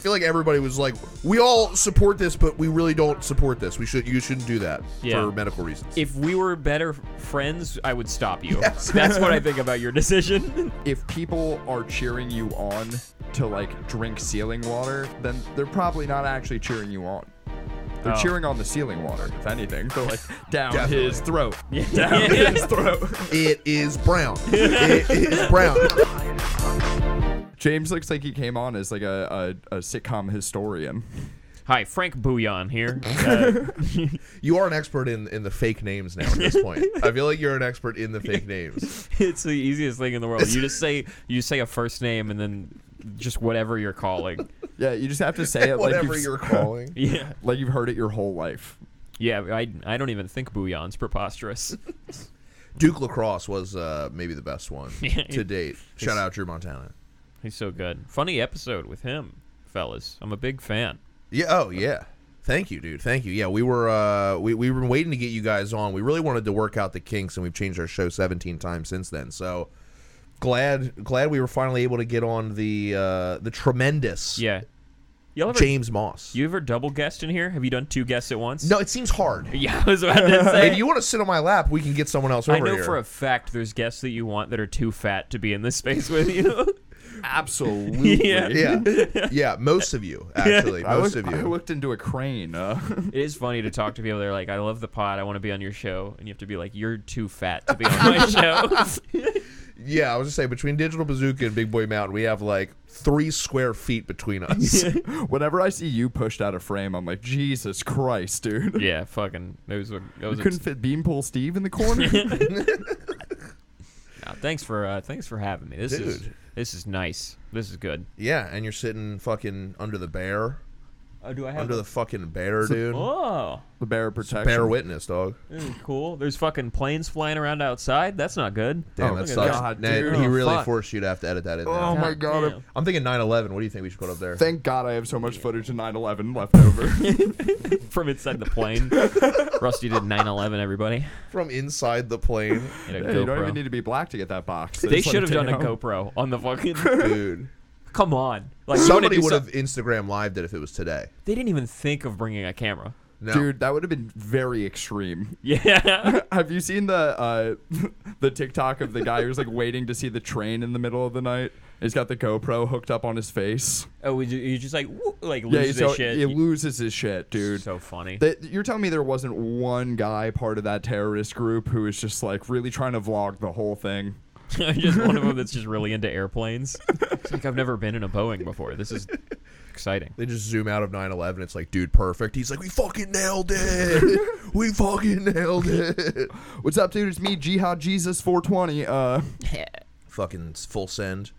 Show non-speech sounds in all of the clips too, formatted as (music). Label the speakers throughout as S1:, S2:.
S1: feel like everybody was like, we all support this, but we really don't support this. We should you shouldn't do that
S2: Yeah.
S1: for medical reasons.
S2: If we were better friends, I would stop you. (laughs) That's what I think about your decision.
S3: if people are cheering you on to like drink ceiling water, then they're probably not actually cheering you on. They're
S2: Oh.
S3: cheering on the ceiling water, if anything. They're like down
S1: Definitely.
S3: his throat.
S2: (laughs) Yeah.
S3: Down his throat.
S2: (laughs)
S1: it is brown. it is brown.
S3: James looks like he came on as like a, a, a sitcom historian.
S2: Hi, Frank Bouillon (laughs) here. Uh,
S1: You are an expert in in the fake names now at this point. I feel like you're an expert in the
S2: (laughs)
S1: fake names.
S2: it's the easiest thing in the world. You just say you say a first name and then just whatever you're calling.
S3: Yeah, you just have to say it like
S1: Whatever
S3: you've, (laughs)
S1: you're calling.
S2: (laughs) Yeah.
S3: like you've heard it your whole life.
S2: Yeah, I, I don't even think Bouillon's (laughs) preposterous.
S1: Duke lacrosse was uh, maybe the best one
S2: (laughs) Yeah.
S1: to date. Shout out Drew Montana.
S2: He's so good. Funny episode with him, fellas. I'm a big fan.
S1: Yeah. Oh, yeah. Thank you, dude. Thank you. Yeah, we were uh, we we were waiting to get you guys on. We really wanted to work out the kinks, and we've changed our show 17 times since then. So glad glad we were finally able to get on the uh, the tremendous
S2: Yeah. Y'all ever,
S1: James Moss.
S2: you ever double guessed in here? Have you done two guests at once?
S1: no, it seems hard.
S2: (laughs) Yeah, I was about (laughs) to say.
S1: If you want to sit on my lap, we can get someone else over
S2: I know
S1: here.
S2: for a fact there's guests that you want that are too fat to be in this (laughs) space with you.
S3: (laughs) Absolutely.
S1: (laughs)
S2: Yeah.
S1: yeah, yeah, most of
S2: (laughs)
S1: you actually,
S3: I
S1: most
S3: looked,
S1: of
S3: I
S1: you.
S3: looked into a crane. Uh, (laughs)
S2: it is funny to talk to people that are like, I love the pod, I want to be on your show. And you have to be like, you're too fat to be on (laughs) my show.
S1: Yeah, I was just saying between Digital Bazooka and Big Boy Mountain, we have like three square feet between
S2: (laughs)
S1: us.
S3: whenever I see you pushed out of frame, I'm like, Jesus Christ, dude. (laughs)
S2: yeah, fucking. Those were, those
S3: You
S2: were-
S3: couldn't fit Beanpole Steve in the corner.
S2: Nah, thanks for uh, thanks for having me. This is
S1: Dude.
S2: this is nice. This is good.
S1: Yeah, and you're sitting fucking under the bear,
S2: Oh, do I have
S1: under the fucking bear, dude.
S2: (laughs) Oh,
S3: the bear protection.
S1: Bear witness, dog.
S3: Oh,
S2: this is cool. There's fucking planes flying around outside. That's not good.
S1: Damn,
S3: Oh,
S1: that
S3: look at
S1: sucks.
S3: that.
S1: Nah,
S3: Dude.
S1: he
S3: Oh,
S1: really
S3: fuck.
S1: forced you to have to edit that in.
S3: Oh
S1: there.
S3: my god.
S2: damn.
S1: I'm thinking 9/11. What do you think we should put up there?
S3: Thank God I have so much footage of 9/11 left
S2: (laughs)
S3: over.
S2: (laughs) From inside the plane. Rusty did 9/11. Everybody.
S1: From inside the plane,
S2: He had a
S3: Yeah, (laughs) you don't
S2: GoPro.
S3: even need to be black to get that box.
S2: They
S3: (laughs) It's like,
S2: should have done a
S3: damn.
S2: GoPro on the fucking.
S1: dude.
S2: Come on, like we wanna
S1: Somebody
S2: do
S1: would
S2: some-
S1: have Instagram lived it if it was today.
S2: They didn't even think of bringing a
S3: (laughs)
S2: camera.
S1: No.
S3: Dude, that would have been very extreme.
S2: Yeah.
S3: Have you seen the uh, (laughs) the TikTok of the guy who's like waiting to see the train in the middle of the night? He's got the GoPro hooked up on his face.
S2: oh, we ju- you just like whoop, like lose
S3: Yeah,
S2: this
S3: so
S2: shit.
S3: he loses his shit,
S2: (laughs)
S3: dude.
S2: so funny.
S3: That- you're telling me there wasn't one guy part of that terrorist group who was just like really trying to vlog the whole thing.
S2: just one of them that's just
S3: (laughs)
S2: really into airplanes. It's like I've never been in a Boeing before. This is exciting.
S1: They just zoom out of 9/11. It's like, dude, perfect. He's like, we fucking nailed
S3: (laughs)
S1: it. we fucking nailed it.
S3: What's up, dude? It's me, Jihad Jesus 420. Uh,
S1: fucking full send.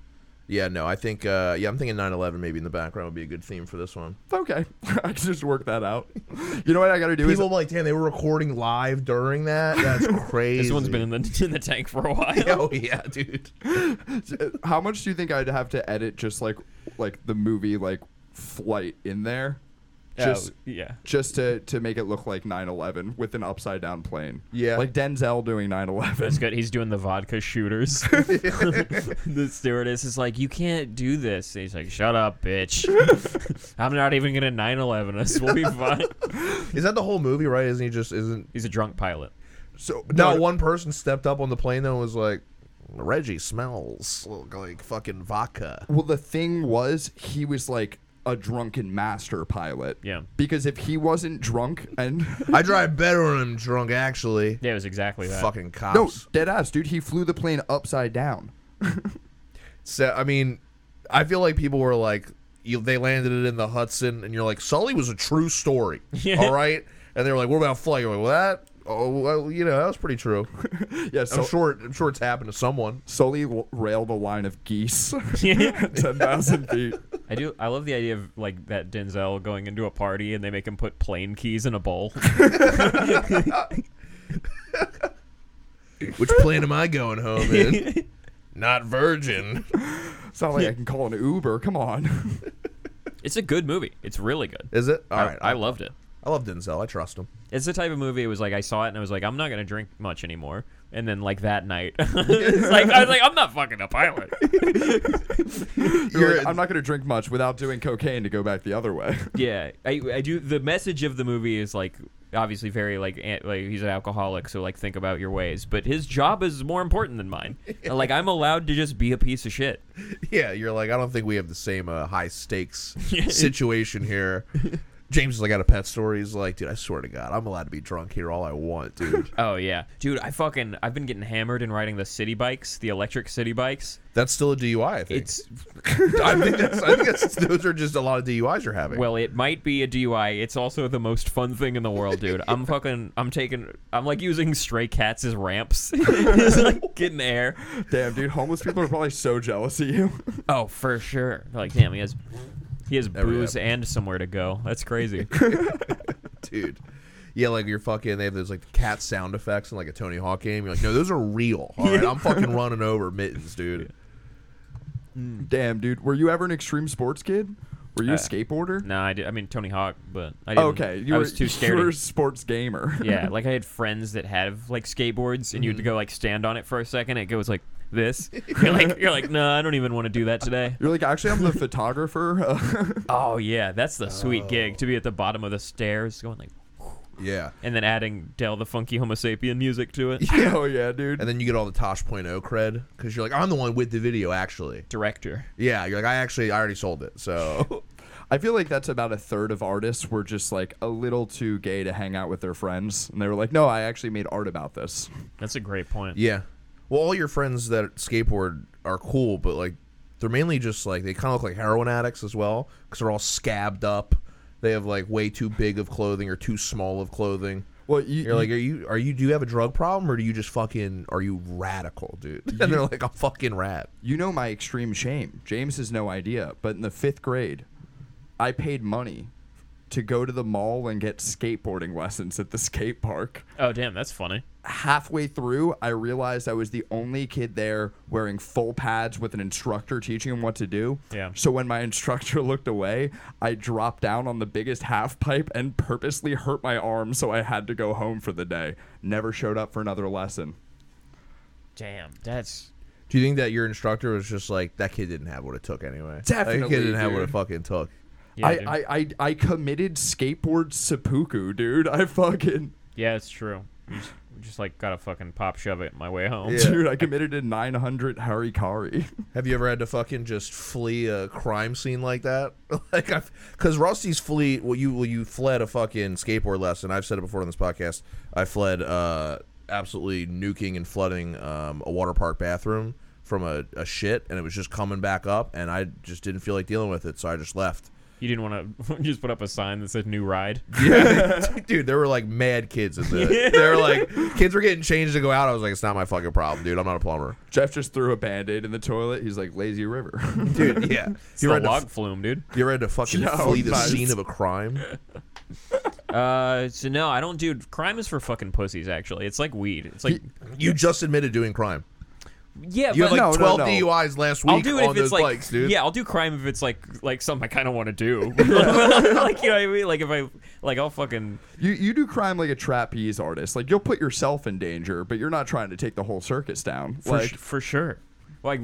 S1: Yeah, no, I think. Uh, yeah, I'm thinking 9/11 maybe in the background would be a good theme for this one.
S3: okay, (laughs) I can just work that out. You know what I gotta do
S1: People
S3: is
S1: were like, damn, they were recording live during that.
S3: (laughs)
S1: That's crazy.
S2: This one's been in the (laughs) in the tank for a while. (laughs)
S1: Oh yeah, dude.
S3: uh, how much do you think I'd have to edit just like like the movie like flight in there? Just
S2: yeah.
S3: just to, to make it look like 9/11 with an upside down plane.
S1: Yeah.
S3: Like Denzel doing 9/11.
S2: That's good. He's doing the vodka
S3: (laughs)
S2: shooters. (laughs) the stewardess is like, "You can't do this." And he's like, "Shut up, bitch!
S3: (laughs)
S2: I'm not even gonna 9/11 us. We'll be fine."
S1: Is that the whole movie? Right? Isn't he just isn't?
S2: He's a drunk pilot.
S1: So not one person stepped up on the plane though and was like, Reggie smells like fucking vodka.
S3: Well, the thing was, he was like a drunken master pilot.
S2: Yeah.
S3: Because if he wasn't drunk and (laughs)
S1: I drive better when I'm drunk, actually.
S2: Yeah, it was exactly that.
S1: Fucking
S3: no,
S1: cops.
S3: dead ass, dude, he flew the plane upside down.
S1: So I mean, I feel like people were like, you, they landed it in the Hudson, and you're like, Sully was a true story.
S2: Yeah.
S1: All right, and they were like, what about Flight? You're like, well, that. Oh, well, you know, that was pretty true.
S3: Yeah,
S1: I'm
S3: so
S1: sure. I'm sure it's happened to someone.
S3: Sully w- railed a line of (laughs) geese
S2: (laughs) Yeah.
S3: at 10,000 feet.
S2: I do. I love the idea of like that Denzel going into a party and they make him put plane keys in
S1: (laughs)
S2: a bowl.
S1: Which plane am I going home in? Not Virgin.
S3: It's not like I can call an Uber. Come on. (laughs)
S2: it's a good movie. It's really good.
S1: Is it? All
S2: I,
S1: right.
S2: I loved it.
S1: I love Denzel. I trust him. (laughs)
S2: It's the type of movie it was like I saw it and I was like, I'm not gonna drink much anymore. And then like that night, (laughs) it's like I was like, I'm not fucking
S1: (laughs)
S2: a pilot.
S3: You're like,
S1: You're-
S3: I'm not going to drink much without doing cocaine to go back the other way. (laughs)
S2: yeah, I, I do. The message of the movie is like obviously very like an- like he's an alcoholic, so like think about your ways. But his job is more important
S1: (laughs)
S2: than mine. like I'm allowed to just be a piece of shit.
S1: Yeah, you're like, I don't think we have the same uh, high stakes (laughs) situation (laughs) here. James is like, got a pet story. He's like, dude, I swear to God, I'm allowed to be drunk here all I want, (laughs) dude.
S2: Oh yeah, dude, I fucking I've been getting hammered and riding the city bikes, the electric city bikes.
S1: That's still a DUI. I think.
S2: It's
S1: (laughs) I think that's. I think that's, those are just a lot of DUIs you're having.
S2: well, it might be a DUI. It's also the most fun thing in the world, dude.
S3: (laughs)
S2: I'm fucking I'm taking I'm like using stray cats as
S3: (laughs)
S2: ramps, (laughs) It's like getting air.
S3: Damn, dude, homeless people are probably so jealous of (laughs) you.
S2: Oh, for sure. They're like damn, he has he has
S1: Never
S2: booze and somewhere to go. That's
S3: (laughs)
S2: crazy.
S1: dude. Yeah, like you're fucking. They have those like cat sound effects in like a Tony Hawk game. You're like, no, those are real. All right, I'm (laughs) fucking running over mittens, dude.
S3: Damn, dude, were you ever an extreme sports kid? Were you
S2: Hmm. Uh,
S3: a skateboarder?
S2: no, I did. I mean Tony Hawk, but I didn't.
S3: Okay, you
S2: I
S3: were,
S2: was too scared.
S3: You were a
S2: to-
S3: sports gamer.
S1: (laughs)
S2: yeah, like I had friends that have like skateboards, and
S1: Mm-hmm.
S2: you'd go like stand on it for a second. It goes like
S1: (laughs)
S2: this. (laughs) You're like you're like, no, I don't even want to do that today.
S3: (laughs) You're like,
S2: (laughs)
S3: actually, I'm the photographer. (laughs) Uh,
S2: Oh yeah, that's the sweet gig to be at the bottom of the stairs, going like,
S1: Yeah.
S2: and then adding Del the funky Homo sapien music
S1: (laughs)
S2: to it.
S3: oh yeah, dude.
S1: And then you get all the Tosh.0 cred because you're like, I'm the one with the video actually.
S2: Director.
S1: Yeah, you're like, I actually, I already sold it.
S3: (laughs)
S1: So
S3: I feel like that's about a third of artists were just like a little too gay to hang out with their friends, and they were like, "No, I actually made art about this."
S2: That's a great point.
S1: yeah. Well, all your friends that skateboard are cool, but like, they're mainly just like they kind of look like heroin addicts as well because they're all scabbed up. They have like way too big of clothing or too small of clothing.
S3: Well, you,
S1: You're like, are you are you do you have a drug problem or do you just fucking are you radical, dude? (laughs) And they're like, I'm fucking rad.
S3: you know my extreme shame. James has no idea, but in the fifth grade, I paid money to go to the mall and get skateboarding lessons at the skate park.
S2: Oh damn, that's funny.
S3: halfway through, I realized I was the only kid there wearing full pads with an instructor teaching him what to do.
S2: Yeah.
S3: So when my (laughs) instructor looked away, I dropped down on the biggest half pipe and purposely hurt my arm, so I had to go home for the day. Never showed up for another lesson.
S2: Damn, that's
S1: Do you think that your instructor was just like that kid didn't have what it took anyway? that
S3: Definitely,
S1: kid didn't have what it
S3: dude.
S1: fucking took.
S2: yeah,
S3: I,
S2: dude.
S3: I, I I committed skateboard seppuku, dude. I fucking
S2: yeah, it's true. You just, you just like gotta fucking pop shove it my way home.
S1: Yeah.
S3: dude. I committed to 900 harikari. (laughs)
S1: Have you ever had to fucking just flee a crime scene like that? (laughs) like, I've because Rusty's flee. Well, you well you fled a fucking skateboard lesson. I've said it before on this podcast. I fled uh, absolutely nuking and flooding um, a water park bathroom from a, a shit, and it was just coming back up, and I just didn't feel like dealing with it, so I just left.
S2: You didn't want to (laughs) just put up a sign that said "New Ride."
S1: Yeah, (laughs) dude, there were like mad kids in the. They were like kids were getting changed to go out. I was like, it's not my fucking problem, dude. I'm not a plumber,
S3: Jeff just threw a band-aid in the toilet. He's like, "Lazy river." (laughs)
S1: dude. (laughs) Yeah,
S2: It's
S1: you're
S2: the
S1: ready to,
S2: log
S1: f-
S2: flume, dude.
S1: you ready to fucking
S3: No,
S1: flee the
S3: nice.
S1: scene of a crime?
S2: Uh, so no, I don't, dude. Crime is for fucking pussies. Actually, it's like weed. It's like
S1: You just admitted doing crime.
S2: yeah,
S1: You had
S2: but
S1: like
S3: No, no,
S1: 12
S3: no.
S1: DUIs last week
S2: I'll do it
S1: on
S2: if
S1: those
S2: it's like
S1: bikes, dude. (laughs)
S2: yeah, I'll do crime if it's like like something I kind of want to do. (laughs) like you know what I mean? Like if I like I'll fucking
S3: You you do crime like a trapeze artist. Like you'll put yourself in danger, but you're not trying to take the whole circus down.
S2: for
S3: like
S2: sh- for sure. Like,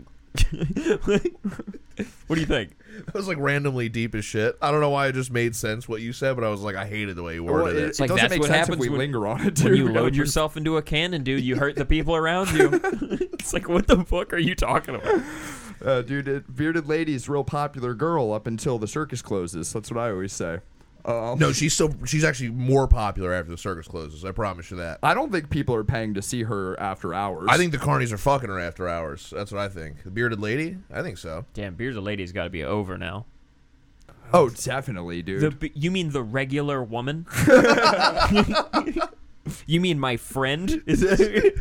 S2: (laughs) what do you think?
S1: That was like randomly deep as shit. I don't know why it just made sense what you said, but I was like, I hated the way you
S3: well,
S1: worded
S3: it,
S1: it.
S3: it
S2: like,
S3: doesn't
S2: that's
S3: make
S2: what
S3: sense if
S2: happens
S3: we
S2: when-
S3: linger on it.
S2: When
S3: dude.
S2: you
S3: We gotta
S2: load
S3: move-
S2: yourself into a cannon, dude, you hurt the people around (laughs) you. it's like what the fuck are you talking about?
S3: uh, dude, it, bearded lady's real popular girl up until the circus closes. That's what I always say. Um,
S1: No, she's so she's actually more popular after the circus closes. I promise you that.
S3: I don't think people are paying to see her after hours.
S1: I think the carnies are fucking her after hours. That's what I think. The bearded lady? I think so.
S2: Damn, beers of lady's got to be over now.
S3: Oh, definitely, dude.
S2: The, b- you mean the regular (laughs) woman? you mean my friend? (laughs) Is it?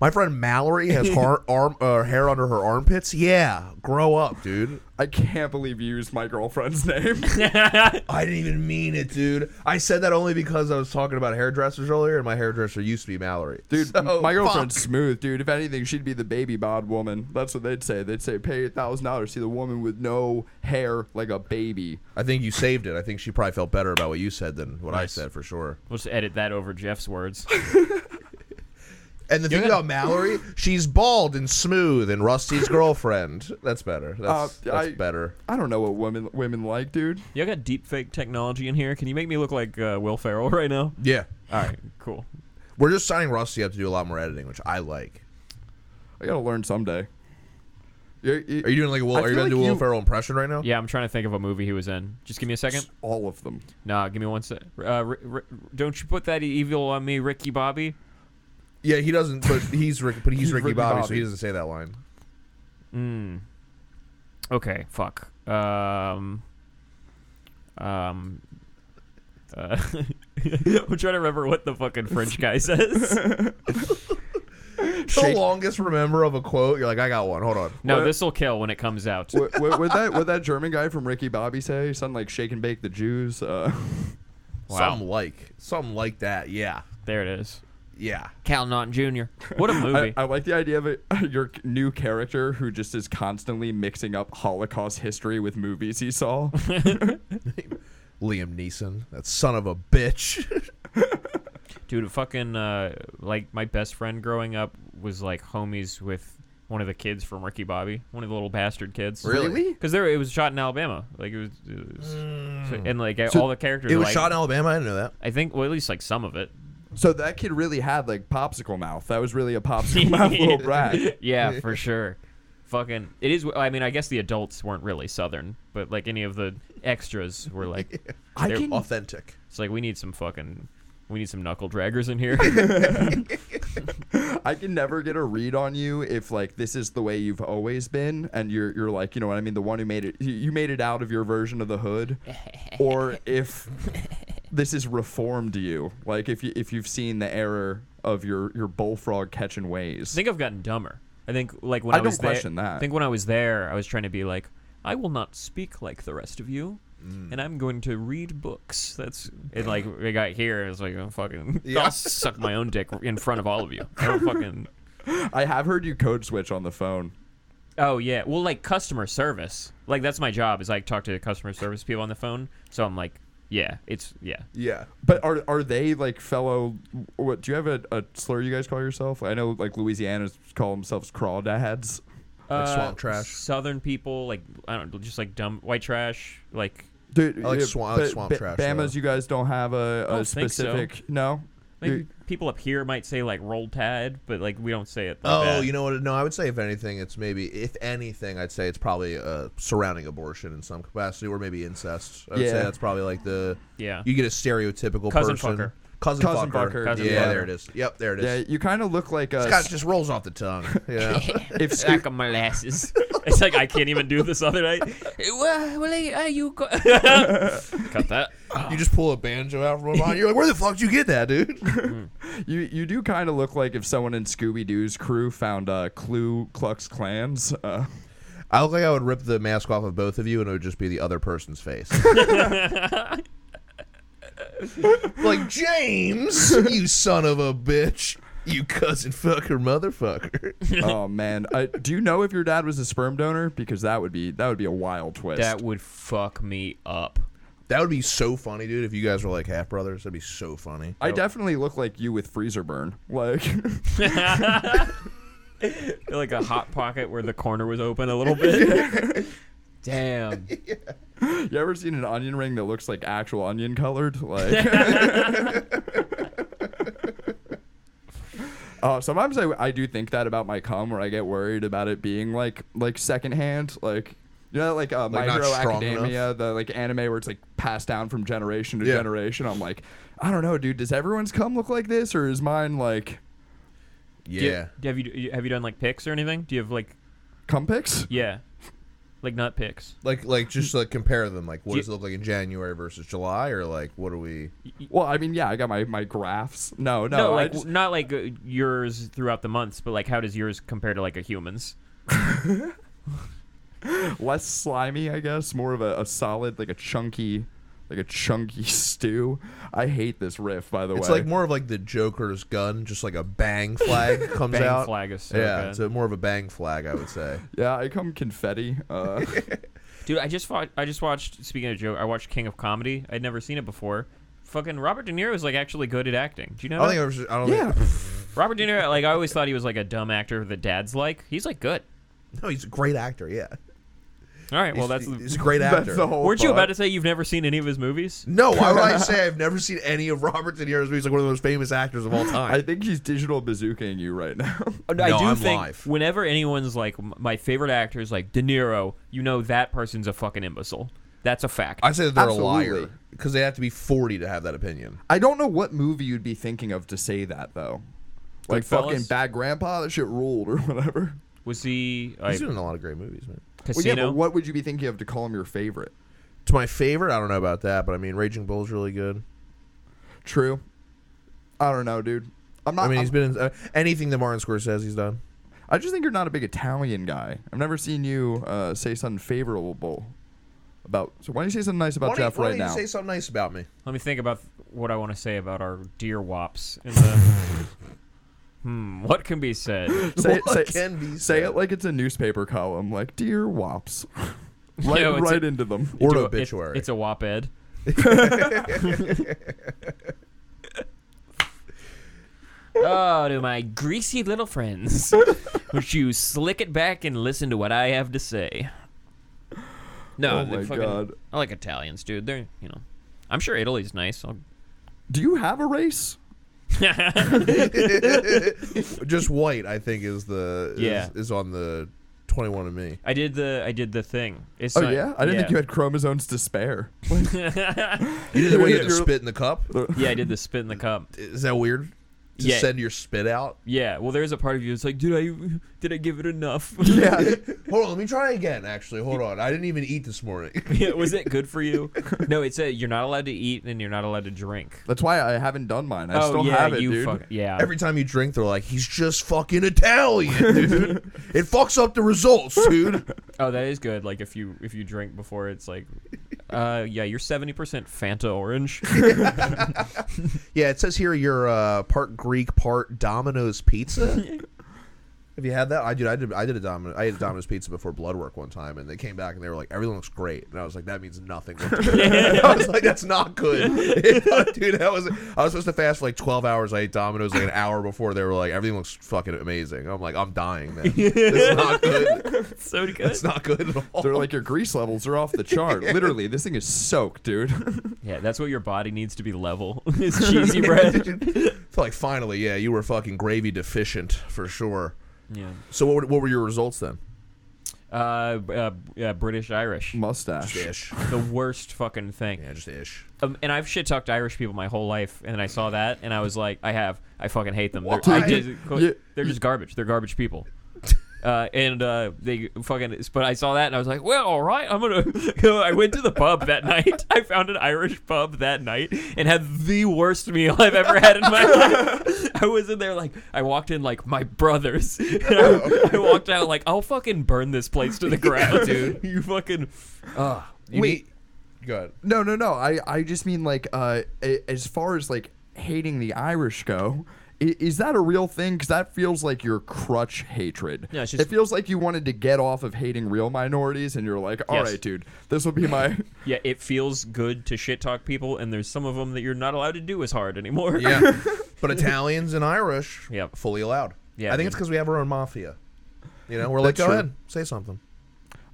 S1: My friend Mallory
S2: (laughs)
S1: has har- arm uh, hair under her armpits. Yeah, grow up, dude.
S3: I can't believe you used my girlfriend's
S1: (laughs)
S3: name.
S1: I didn't even mean it, dude. I said that only because I was talking about hairdressers earlier, and my hairdresser used to be Mallory.
S3: Dude,
S1: So,
S3: my girlfriend's
S1: fuck.
S3: smooth, dude. If anything, she'd be the baby bod woman. That's what they'd say. They'd say, pay a thousand dollars, see the woman with no hair like a baby.
S1: I think you saved it. I think she probably felt better about what you said than what I
S2: Nice.
S1: said for sure.
S2: We'll just edit that over Jeff's words.
S1: And the thing about Mallory, she's bald and smooth and Rusty's girlfriend. That's better. That's,
S3: Uh,
S1: that's
S3: I-
S1: better.
S3: I don't know what women women like, dude.
S2: Y'all got deep fake technology in here. Can you make me look like uh, Will Ferrell right now?
S1: Yeah.
S2: All right, cool.
S1: We're just signing Rusty up to do a lot more editing, which I like.
S3: I gotta learn someday. You- you-
S1: Are you doing like a Will?
S3: I
S1: Are you
S3: feel
S1: gonna do a
S3: like
S1: Will
S3: you-
S1: Ferrell impression right now?
S2: Yeah, I'm trying to think of a movie he was in. Just give me a second.
S3: all of them?
S2: Nah, give me one sec. Uh, R- R- don't you put that evil on me, Ricky Bobby?
S1: Yeah, he doesn't. But he's Rick, but he's
S3: He's
S1: Ricky,
S3: Ricky
S1: Bobby, so
S3: Bobby.
S1: he doesn't say that
S3: (laughs)
S1: line.
S2: Mm. Okay, fuck. Um. Um. Uh, (laughs) I'm trying to remember what the fucking French guy says.
S1: The
S3: Shake-
S1: longest remember of a quote. You're like, I got one. Hold on.
S2: No,
S3: What?
S2: this will kill when it comes out.
S3: what, what, what that what that German guy from Ricky Bobby say? Something like "shake and bake the Jews." Uh,
S2: Wow.
S1: Something like something like that. Yeah,
S2: There it is.
S1: yeah.
S2: Cal Naughton Jr. What a
S3: I,
S2: movie.
S3: I like the idea of it, (laughs) your new character who just is constantly mixing up Holocaust history with movies he saw.
S1: Liam Neeson, that son of a bitch. (laughs)
S2: Dude, fucking uh, like my best friend growing up was like homies with one of the kids from Ricky Bobby, one of the little bastard kids.
S1: Really? Mm.
S2: Because there, it was shot in Alabama. Like it was, it was so- and like
S1: So
S2: all the characters.
S1: It
S2: are,
S1: was
S2: like,
S1: shot in Alabama. I didn't know that.
S2: I think, well, at least like some of it.
S3: So that kid really had like popsicle mouth. That was really a popsicle mouth little brat. (laughs)
S2: yeah, for sure. Fucking, it is. I mean, I guess the adults weren't really Southern, but like any of the extras were
S3: (laughs)
S2: like,
S3: I
S2: They're
S3: can
S1: Authentic.
S2: it's like we need some fucking, we need some knuckle draggers in
S3: (laughs)
S2: here.
S3: I can never get a read on you if like this is the way you've always been and you're you're like, you know what I mean, the one who made it you- you made it out of your version of the hood or if this is reformed you. Like if you if you've seen the error of your your bullfrog catching
S2: I
S3: ways.
S2: think I've gotten dumber. I think like when I,
S3: I don't
S2: was there-
S3: question that.
S2: I think when I was there, I was trying to be like, I will not speak like the rest of you,
S3: Mm.
S2: and I'm going to read books. That's and like I got here, I was like, oh, fucking,
S1: Yeah.
S2: (laughs) I'll suck my own dick in front of all of you. I don't fucking.
S3: I have heard you code switch on the phone.
S2: Oh yeah, well like customer service. Like that's my job is like talk to customer service people on the phone. So I'm like, yeah, it's yeah.
S1: Yeah.
S3: But are are they like fellow? What do you have a, a slur you guys call yourself? I know like Louisiana's call themselves crawdads.
S1: Like swamp trash?
S2: Uh, Southern people like I don't know, just like dumb white trash like.
S3: Dude,
S1: I like
S3: yeah,
S1: swa- I like
S3: but
S1: swamp
S3: Ba-
S1: trash,
S3: Bama's,
S1: though.
S3: you guys don't have a,
S2: I
S3: a
S2: don't think so.
S3: specific. No,
S2: Maybe
S3: You-
S2: people up here might say like roll tide, but like we don't say it. Like
S1: Oh,
S2: that. (laughs)
S1: you know what? No, I would say if anything, it's maybe if anything, I'd say it's probably uh, surrounding abortion in some capacity, or maybe incest. I would say
S3: Yeah.
S1: that's probably like the
S2: Yeah.
S1: You get a stereotypical
S2: Cousin
S1: person.
S2: fucker.
S1: Cousin,
S3: Cousin
S1: fucker.
S3: fucker.
S2: Cousin
S1: yeah,
S2: fucker.
S1: there it is. Yep, there it is.
S3: yeah, uh, you kind of look like a.
S1: Scott just rolls off the
S3: (laughs)
S1: tongue. Yeah.
S3: if
S2: Sack
S1: (laughs)
S2: of molasses. it's like I can't even do this other night. Well, well, I- I- you
S1: (laughs)
S2: (laughs) go- cut that.
S1: you just pull a banjo out from behind. You're like, where the fuck did you get that,
S3: (laughs)
S1: dude?
S3: you you do kind of look like if someone in Scooby Doo's crew found uh, Clue Klux Klans.
S1: (laughs)
S3: Uh,
S1: I look like I would rip the mask off of both of you, and it would just be the other person's face. like James, you son of a bitch, you cousin fucker, motherfucker.
S3: oh man, I, do you know if your dad was a sperm donor? Because that would be that would be a wild twist.
S2: That would fuck me up.
S1: That would be so funny, dude. If you guys were like half brothers, that'd be so funny.
S3: I definitely look like you with freezer burn. Like (laughs)
S2: (laughs) Like a hot pocket where the corner was open a little bit. (laughs) Damn.
S3: You ever seen an onion ring that looks like actual
S1: (laughs)
S3: onion colored? Like. Uh, sometimes I, I do think that about my cum, where I get worried about it being like like secondhand, like you know, like, uh, My
S1: not
S3: Hero
S1: strong
S3: Academia, the like anime where it's like passed down from generation to
S1: Yeah.
S3: generation. I'm like, I don't know, dude. Does everyone's cum look like this, or is mine like
S2: Do you-
S1: Yeah.
S2: do- have you have you done like pics or anything? Do you have like
S3: cum pics?
S2: yeah, like nut pics?
S1: Like, like, just like compare them. Like, what
S2: Do
S1: does it look like in January versus July, or like, what are we?
S3: Well, I mean, yeah, I got my my graphs. No, no,
S2: No,
S3: I
S2: like
S3: just-
S2: not like uh, yours throughout the months, but like how does yours compare to like a human's?
S3: less slimy, I guess, more of a, a solid, like a chunky, like a chunky (laughs) stew. I hate this riff, by the
S1: It's
S3: way.
S1: like more of like the Joker's gun, just like a bang
S3: (laughs)
S1: flag comes
S2: Bang
S1: out.
S2: flag is so
S1: yeah,
S2: good.
S1: it's a, more of a bang flag, I would say.
S3: yeah, I come confetti. (laughs) Uh,
S2: Dude, I just fought, I just watched. Speaking of joke, I watched King of Comedy. I'd never seen it before. Fucking Robert De Niro is like actually good at acting. Do you know?
S1: I don't
S2: that?
S3: (laughs)
S1: think I, was, I don't
S3: yeah,
S1: think
S2: Robert De Niro, like I always thought he was like a dumb actor that dads like. He's like good.
S1: No, he's a great actor. Yeah,
S2: All right, well
S1: he's,
S2: that's
S1: he's a (laughs) great actor.
S3: That's the whole.
S2: Weren't you about
S3: thought.
S2: to say you've never seen any of his movies?
S1: No, why would I (laughs) say I've never seen any of Robert De Niro's movies? Like one of the most famous actors of all time.
S3: I think he's digital bazooking you right now. (laughs)
S2: I
S1: No,
S2: do
S1: I'm
S2: think
S1: live.
S2: whenever anyone's like m- my favorite actor is like De Niro, you know that person's a fucking imbecile. That's a fact.
S1: I say that they're a liar
S3: Absolutely.
S1: because they have to be forty to have that opinion.
S3: I don't know what movie you'd be thinking of to say that though. Like
S2: Goodfellas?
S3: fucking Bad Grandpa, that shit ruled or (laughs) whatever.
S2: Was he uh,
S1: He's doing a lot of great movies, man.
S3: Well, yeah,
S2: Casino?
S3: but what would you be thinking of to call him your favorite?
S1: To my favorite, I don't know about that, but I mean, Raging Bull's really good.
S3: True. I don't know, dude. I'm not.
S1: I
S3: I
S1: mean, he's been in uh, anything that Martin Scorsese's done.
S3: I just think you're not a big Italian guy. I've never seen you uh, say something favorable about. So why don't you say something nice about
S1: why don't,
S3: Jeff
S1: you, why
S3: right
S1: don't
S3: now?
S1: you say something nice about me?
S2: Let me think about what I want to say about our dear wops. In
S3: (laughs)
S2: the... hmm, what can be said?
S3: Say it-
S1: What
S3: say-
S1: can be
S3: Say
S1: said?
S3: it like it's a newspaper column, like dear wops,
S2: (laughs)
S3: right,
S2: Yo, it's
S3: right
S2: a-
S3: into them.
S1: Or an
S2: Do a- it-
S1: obituary.
S2: it's a wop
S3: (laughs)
S2: ed. oh, to my greasy little friends. Would you slick it back and listen to what I have to say? No,
S3: Oh
S2: they
S3: my
S2: fucking-
S3: God.
S2: I like Italians, dude. They're, you know, I'm sure Italy's nice.
S3: (laughs)
S2: I'll...
S3: Do you have a race?
S1: (laughs) Just white, I think, is the is,
S2: Yeah.
S1: is on the twenty one of
S3: (laughs)
S1: me.
S2: I did the I did the thing. It's
S3: Oh
S2: not-
S3: yeah, I didn't think you had chromosomes to spare.
S1: You did the way you had to
S3: You're- Uh,
S1: spit in the cup.
S2: (laughs) yeah, I did the spit in the cup.
S1: Is that weird? To
S2: Yeah.
S1: send your spit out.
S2: Yeah, well, there's a part of you that's like, did I did I give it enough?
S3: (laughs) yeah,
S1: Hold on, let me try again. Actually, hold on. I didn't even eat this morning.
S3: (laughs)
S2: Yeah, was it good for you? No, it said you're not allowed to eat and you're not allowed to drink.
S3: that's why I haven't done mine. I
S2: oh
S3: still
S2: yeah,
S3: have it,
S2: you
S3: dude.
S2: fuck yeah.
S1: Every time you drink, they're like, "He's just fucking Italian, dude. it fucks up the results, dude."
S2: oh, that is good. Like if you if you drink before, it's
S3: (laughs)
S2: like, uh, yeah, you're seventy percent Fanta orange.
S1: Yeah, it says here you're uh, part Greek, part Domino's
S2: (laughs)
S1: pizza. Have you had that? I did. I did. I did a Domino. I ate a Domino's pizza before blood work one time, and they came back and they were like, "Everything looks great," and I was like, "That means
S2: (laughs)
S1: nothing." (laughs) I was like, "That's not good, (laughs) dude." That was. I was supposed to fast for like twelve hours. I ate Domino's like an hour before. They were like, "Everything looks fucking amazing." I'm like, "I'm dying,
S2: (laughs)
S1: man. It's not good.
S2: so good.
S3: (laughs)
S1: It's not good at
S2: (laughs)
S1: all."
S3: They're like your grease levels are off the chart. Literally, this thing is soaked, dude.
S2: (laughs) yeah, that's what your body needs to be
S3: (laughs)
S2: level. (laughs) It's cheesy
S1: (laughs)
S2: bread.
S1: Feel like finally, yeah, you were fucking gravy deficient for sure.
S2: yeah.
S1: So what were, what were your results then?
S2: Uh, b- uh, b- uh, British Irish.
S3: Mustache.
S1: Ish.
S2: The worst fucking thing.
S1: Yeah, just ish.
S2: Um, and I've shit talked Irish people my whole life, and I saw that, and I was like, I have, I fucking hate them. They're, I
S1: Why?
S2: did- quote,
S3: Yeah.
S2: they're just garbage. They're garbage people. Uh, and uh, they fucking, but I saw that, and I was like, well, all right, I'm gonna. (laughs) I went to the pub that night. (laughs) I found an Irish pub that night and had the worst meal I've ever had in my life. (laughs) I was in there like, I walked in like my brothers. (laughs) And I, I walked out like, I'll fucking burn this place to the ground,
S1: dude.
S2: You fucking. Uh,
S1: You
S3: Wait.
S1: need- go
S2: (laughs)
S1: ahead.
S3: No, no, no. I, I just mean like uh, a- as far as like hating the Irish go. i- Is that a real thing? Because that feels like your crutch hatred.
S2: Yeah, it's just-
S3: it feels like you wanted to get off of hating real minorities, and you're like, "All right,
S2: Yes.
S3: dude, this will be my."
S2: (laughs) Yeah, it feels good to shit talk people, and there's some of them that you're not allowed to do as hard anymore.
S1: Yeah, but Italians and Irish,
S2: Yep.
S1: fully allowed.
S2: Yeah,
S1: I think
S2: dude.
S1: it's because we have our own mafia. You know, we're like,
S3: That's
S1: go
S3: true.
S1: ahead, say
S2: (laughs)
S1: something.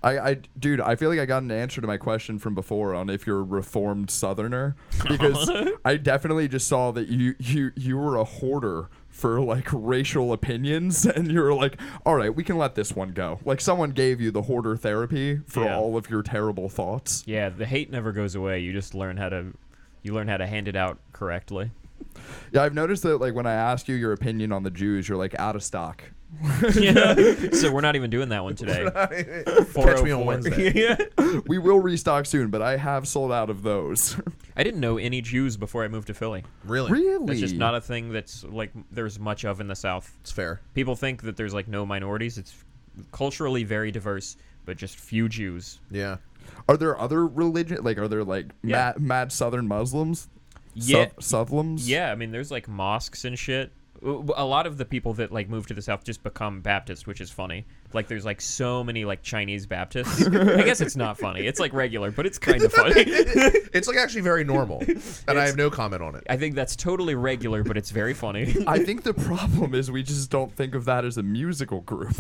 S3: I, I, dude, I feel like I got an answer to my question from before on if you're a reformed Southerner
S2: (laughs)
S3: because I definitely just saw that you, you, you were a hoarder for like racial opinions, (laughs) and you were like, all right, we can let this one go. Like someone gave you the hoarder therapy for
S2: Yeah.
S3: all of your terrible thoughts.
S2: (laughs) Yeah, the hate never goes away. You just learn how to, you learn how to hand it out
S1: (laughs)
S2: correctly. (laughs)
S3: Yeah, I've noticed that like when I asked you your opinion on the Jews, you're like out of stock.
S2: Yeah. so we're not even doing that one today.
S1: (laughs) Catch me on
S2: 404.
S1: Wednesday.
S2: (laughs) yeah.
S3: we will restock soon, but I have sold out of those. (laughs)
S2: I didn't know any Jews before I moved to Philly.
S1: Really?
S3: really?
S2: That's just not a thing that's like there's much of in the South.
S1: It's fair.
S2: People think that there's like no minorities. It's culturally very diverse, but just few Jews.
S1: Yeah.
S3: Are there other religion? Like, are there like
S2: Yeah.
S3: mad, mad Southern Muslims?
S2: Yeah.
S3: Sou- Southlums?
S2: Yeah, I mean, there's like mosques and shit. a lot of the people that like move to the south just become Baptist, which is funny. Like there's like so many like Chinese Baptists. I guess it's not funny. It's like regular, but it's kind of funny.
S1: (laughs)
S2: (laughs)
S1: it's like actually very normal, and I have no comment on it.
S2: I think that's totally regular, but it's very funny. (laughs)
S3: I think the problem is we just don't think of that as a musical group. (laughs)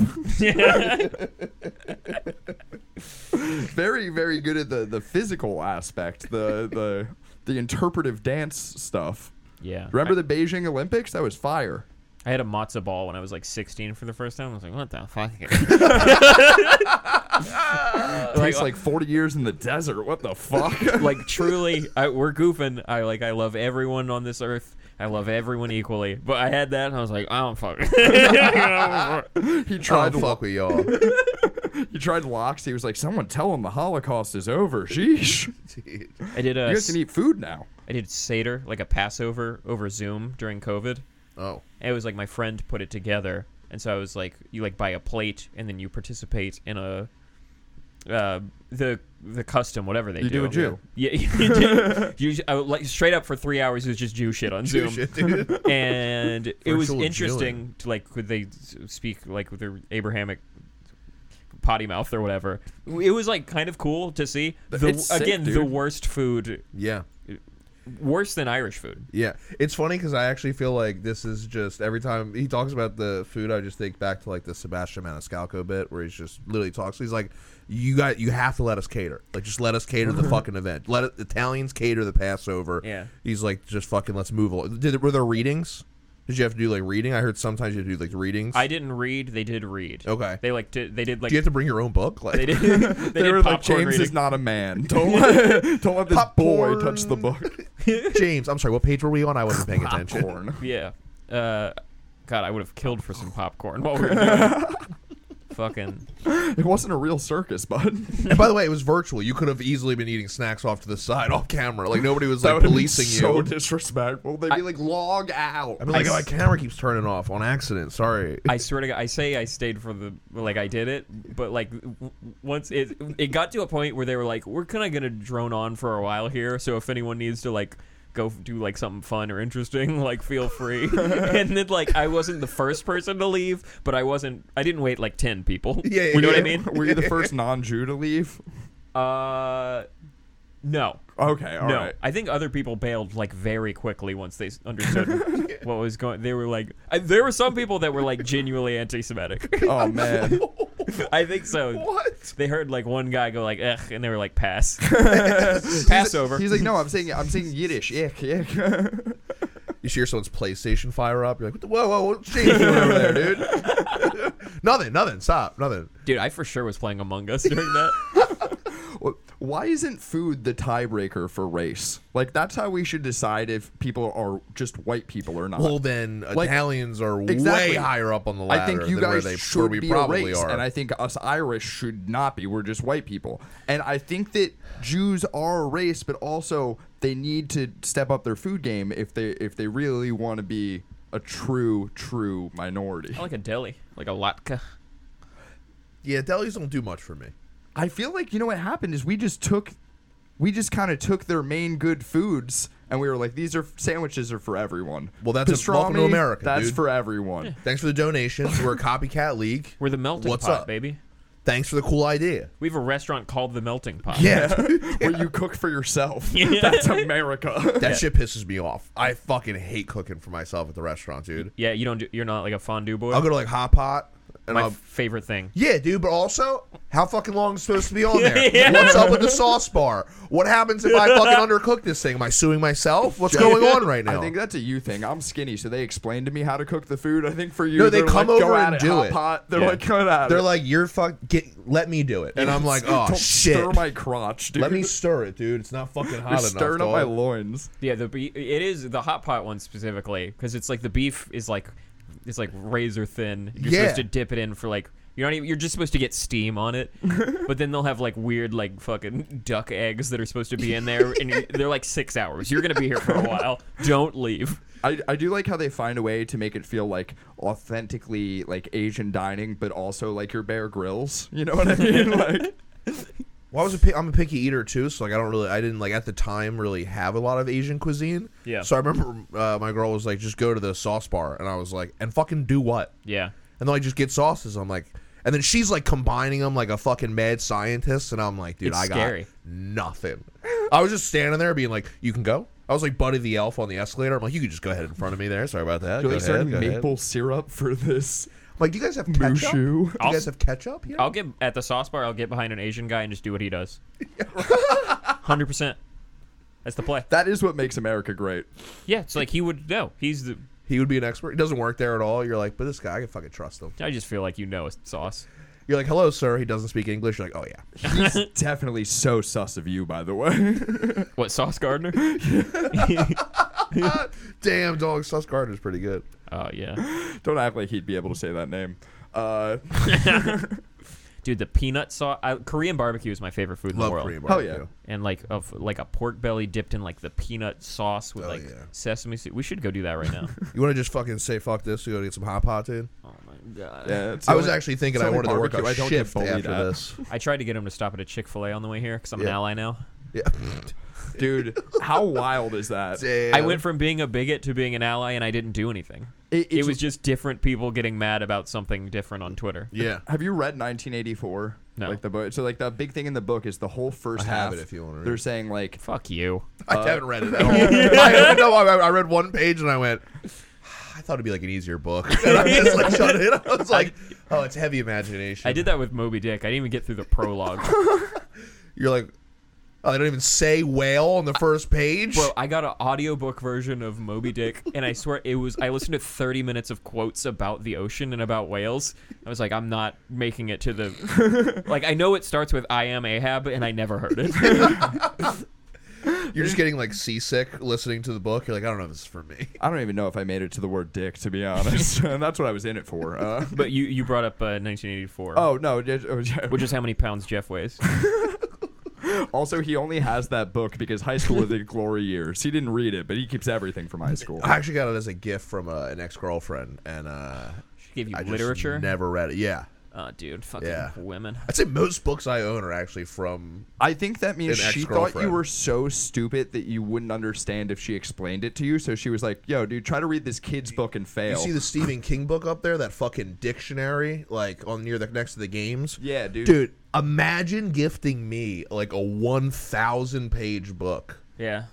S3: very, very good at the, the physical aspect, the the the interpretive dance stuff.
S2: yeah.
S3: (laughs) Remember the Beijing Olympics? That was fire.
S2: I had a matzo ball when I was like 16 for the first time. I was like, what the fuck?
S3: (laughs)
S2: Uh,
S3: Tastes like 40 years in the desert. What
S2: (laughs)
S3: the fuck?
S2: like truly, I, we're goofing. I like, I love everyone on this earth. I love everyone equally. But I had that, and I was like, I don't fuck. (laughs)
S3: he
S1: I
S3: tried
S2: uh,
S1: don't Oh, fuck with y'all. (laughs)
S3: he tried locks. He was like, someone tell him the Holocaust is over. Sheesh.
S2: I did a,
S3: You guys can eat food now.
S2: I did Seder, like a Passover over Zoom during COVID.
S1: Oh,
S2: it was like my friend put it together and so i was like you like buy a plate and then you participate in a uh, the the custom whatever they
S3: You do
S2: do
S3: a Jew.
S2: yeah (laughs) you, do- you I would, like straight up for three hours it was just Jew shit on Zoom
S1: shit, dude.
S2: (laughs) and it was
S1: Virtual
S2: interesting
S1: Jewing.
S2: to like could they s- speak like with their Abrahamic potty mouth or whatever it was like kind of cool to see the,
S3: It's sick,
S2: again the
S3: dude.
S2: worst food
S1: Yeah.
S2: worse than Irish food
S1: Yeah, it's funny because I actually feel like this is just every time he talks about the food, I just think back to like the Sebastian Maniscalco bit where he's just literally talks. He's like, "You got, you have to let us cater. Like, just let us cater the
S2: (laughs)
S1: fucking event. Let it, Italians cater the Passover."
S2: Yeah.
S1: he's like, "Just fucking let's move on." Did were there readings? Did you have to do like reading? I heard sometimes you had to do like readings.
S2: I didn't read they did read
S1: Okay.
S2: they like did, they did like
S1: do you have to bring your own book? Like,
S2: (laughs)
S3: (laughs)
S2: They did. They,
S3: They,
S2: did popcorn
S3: were like, James
S2: reading.
S3: is not
S2: (laughs)
S3: a man. Don't let, don't let this boy
S1: Popcorn.
S3: touch the book.
S1: (laughs) James, I'm sorry, what page were we on? I wasn't
S2: (laughs)
S1: paying
S2: Oh.
S1: attention.
S3: Popcorn.
S2: yeah. Uh, God, I would have killed for some popcorn while we were doing
S3: (laughs)
S2: it. Fucking.
S3: It wasn't a real circus, bud. (laughs)
S1: and by the way, it was virtual. You could have easily been eating snacks off to the side, off camera. Like nobody was like
S3: would've been
S1: policing
S3: So
S1: you.
S3: disrespectful. They'd be like, log out.
S1: I mean, like, oh,
S2: I
S1: my
S2: s-
S1: camera keeps turning off on accident. (laughs) Sorry.
S2: I swear to God, I say I stayed for the like I did it, but like w- w- once it it got to a point where they were like, we're kind of gonna drone on for a while here, so if anyone needs to like go f- do like something fun or interesting, (laughs) like feel
S3: (laughs)
S2: free. and then like I wasn't the first person to leave, but I wasn't. I didn't wait like ten people.
S1: Yeah, yeah,
S2: you know what I
S1: yeah.
S2: mean? (laughs)
S3: Were you the first non-Jew to leave?
S2: Uh, no.
S3: Okay, all right.
S2: no, I think other people bailed like very quickly once they s- understood
S1: (laughs)
S2: what was going. They were like, I, there were some people that were like genuinely anti-Semitic.
S3: (laughs)
S2: (laughs)
S3: Oh man,
S2: I think so.
S1: what?
S2: They heard like one guy go like, "Ugh," and they were
S1: (laughs)
S2: like, "Pass, Passover."
S3: He's like, no, I'm saying, I'm saying Yiddish. Ick, ick. (laughs)
S1: You hear someone's PlayStation fire up. You're like, what the- whoa, whoa, what's (laughs) James doing over there, dude? (laughs) nothing, nothing. Stop, nothing.
S2: Dude, I for sure was playing Among Us during
S1: (laughs)
S2: that.
S3: Well, Why isn't food the tiebreaker for race? Like that's how we should decide if people are just white people or not.
S1: Well, then
S3: Like-
S1: Italians are
S3: Exactly.
S1: way higher up on the ladder
S3: I think you
S1: than where
S3: guys
S1: they
S3: should
S1: where we
S3: be
S1: probably
S3: a race,
S1: are.
S3: and I think us Irish should not be. We're just white people, and I think that Jews are a race, but also they need to step up their food game if they if they really want to be a true true minority.
S2: I like a deli, like a latke.
S1: yeah, delis don't do much for me.
S3: I feel like you know what happened is we just took, we just kind of took their main good foods, and we were like, these are sandwiches are for everyone.
S1: Well, that's a- welcome to America,
S3: That's
S1: dude.
S3: for everyone.
S1: Thanks for the donations. We're a (laughs) copycat league.
S2: We're the melting
S1: What's
S2: pot,
S1: up?
S2: baby.
S1: Thanks for the cool idea.
S2: We have a restaurant called the Melting Pot.
S1: (laughs) Yeah.
S3: Where you cook for yourself. That's America. (laughs)
S1: That shit pisses me off. I fucking hate cooking for myself at the restaurant, dude.
S2: yeah. You don't. Do, you're not like a fondue boy.
S1: I'll go to like Hot Pot and
S2: My
S1: I'll
S2: favorite thing.
S1: Yeah, dude, but also, how fucking long is it supposed to be on there?
S2: (laughs) Yeah.
S1: What's up with the sauce bar? What happens if I fucking undercook this thing? Am I suing myself? What's going
S3: (laughs)
S1: on right now?
S3: I think that's a you thing. I'm skinny, so they explain to me how to cook the food. I think for you,
S1: No, they
S3: they're
S1: come
S3: like, go
S1: over
S3: at
S1: and
S3: it,
S1: do
S3: hot
S1: it.
S3: Pot. They're
S2: Yeah.
S3: like, go at
S1: They're
S3: it.
S1: like, you're fuck, get, let me do it, and I'm like, oh
S3: (laughs) Don't
S1: shit,
S3: Stir my crotch, dude.
S1: (laughs) let me stir it, dude. It's not fucking hot
S3: You're
S1: enough.
S3: stirring up
S1: dog.
S3: my loins.
S2: Yeah, the be- it is the hot pot one specifically because it's like the beef is like it's like razor thin. You're
S1: Yeah.
S2: supposed to dip it in for like you're not even you're just supposed to get steam on it, but then they'll have like weird like fucking duck eggs that are supposed to be in there, and you're, they're like six hours. You're gonna be here for a while. Don't leave.
S3: I, I do like how they find a way to make it feel like authentically like Asian dining, but also like your Bear grills. You know what I mean? like
S1: Well, I was a pi- I'm a picky eater too, so like I don't really I didn't like at the time really have a lot of Asian cuisine.
S2: Yeah.
S1: So I remember uh, my girl was like, just go to the sauce bar, and I was like, and fucking do what?
S2: Yeah.
S1: And then I just get sauces. I'm like, and then she's like combining them like a fucking mad scientist, and I'm like, dude,
S2: It's
S1: I got
S2: scary.
S1: nothing. I was just standing there being like, you can go. I was like Buddy the Elf on the escalator. I'm like, you can just go ahead in front of me there. Sorry about that.
S3: You're
S1: Go
S3: like
S1: ahead,
S3: starting
S1: go ahead.
S3: maple syrup for this.
S1: I'm like, do you guys have ketchup?
S3: Mushu.
S1: Do you
S2: I'll-
S1: guys have ketchup? here?
S2: I'll get at the sauce bar. I'll get behind an Asian guy and just do what he does. Hundred percent. That's the play.
S3: That is what makes America great.
S2: Yeah, it's like he would know. He's the.
S1: He would be an expert. He doesn't work there at all. You're like, but this guy, I can fucking trust him.
S2: I just feel like you know a sauce.
S1: You're like, hello, sir. He doesn't speak English. You're like, oh yeah.
S3: He's definitely so sus of you, by the way. (laughs)
S2: What sauce gardener? (laughs)
S1: Damn, dog. Sus Gardner's pretty good.
S2: oh (laughs) yeah,
S3: Don't act like he'd be able to say that name. Uh,
S2: dude. The peanut sauce. I, Korean barbecue is my favorite food in the
S1: Love
S2: world.
S1: Korean
S3: Hell yeah.
S1: barbecue.
S2: and like of like a pork belly dipped in like the peanut sauce with
S1: Oh,
S2: like
S1: yeah.
S2: sesame seed. We should go do that right now.
S1: You want to just fucking say fuck this? You go to get some hot pot, dude.
S2: (laughs) oh my god.
S3: yeah, (laughs) it's
S1: I was
S3: only-
S1: actually thinking
S3: it's
S1: I
S3: only
S1: wanted to work
S3: barbecue.
S1: a
S3: I don't get
S1: shift
S3: bullied
S1: after
S3: at. (laughs)
S2: (laughs)
S1: this.
S2: I tried to get him to stop at a Chick Fil A on the way here because I'm an
S1: Yeah.
S2: ally now.
S1: Yeah.
S3: Dude, how wild is that?
S1: Damn.
S2: I went from being a bigot to being an ally, and I didn't do anything.
S3: It-
S2: It
S3: it's-
S2: was just different people getting mad about something different on Twitter. (laughs)
S1: Yeah.
S3: Have you read 1984?
S2: No.
S3: Like the book. So like the big thing in the book is the whole first
S1: I have
S3: half.
S1: it if you wanna read
S3: They're
S1: it.
S3: saying like
S2: Fuck you.
S1: I haven't read
S2: (laughs)
S1: it at all. (laughs) I, no, I, I read one page and I went, I thought it'd be like an easier book. (laughs) And I just like shut it. I
S2: (laughs)
S1: was like, oh, it's heavy imagination.
S2: I did that with Moby Dick. I didn't even get through the prologue.
S1: (laughs) You're like, oh, they don't even say whale on the first page.
S2: Bro, I got an audiobook version of Moby Dick, and I swear it was. I listened to 30 minutes of quotes about the ocean and about whales. I was like, I'm not making it
S1: (laughs)
S2: to the. Like, I know it starts with I am Ahab, and I never heard it.
S1: (laughs) (laughs) You're just getting like seasick listening to the book. You're like, I don't know if this is for me. (laughs)
S3: I don't even know if I made it to the word dick to be honest. (laughs) and that's what I was in it for. Uh,
S2: But you, you brought up uh, 1984,
S3: oh no. it- oh, yeah.
S2: which is how many pounds Jeff weighs.
S3: Also, he only has that book because high school are the glory years. He didn't read it, but he keeps everything from high school.
S1: I actually got it as a gift from uh, an ex girlfriend, and uh,
S2: She gave you
S1: (laughs) I just
S2: literature.
S1: never read it. Yeah,
S2: oh, dude, fucking
S1: Yeah.
S2: women.
S1: I'd say most books I own are actually from.
S3: I think that means
S1: An
S3: she thought you
S1: ex-girlfriend.
S3: were so stupid that you wouldn't understand if she explained it to you. So she was like, "Yo, dude, try to read this kid's book and
S1: You
S3: fail."
S1: see the Stephen King book up there, that fucking dictionary, like on near the next to the games.
S3: Yeah, dude.
S1: Dude, imagine gifting me like a one thousand page book.
S2: Yeah.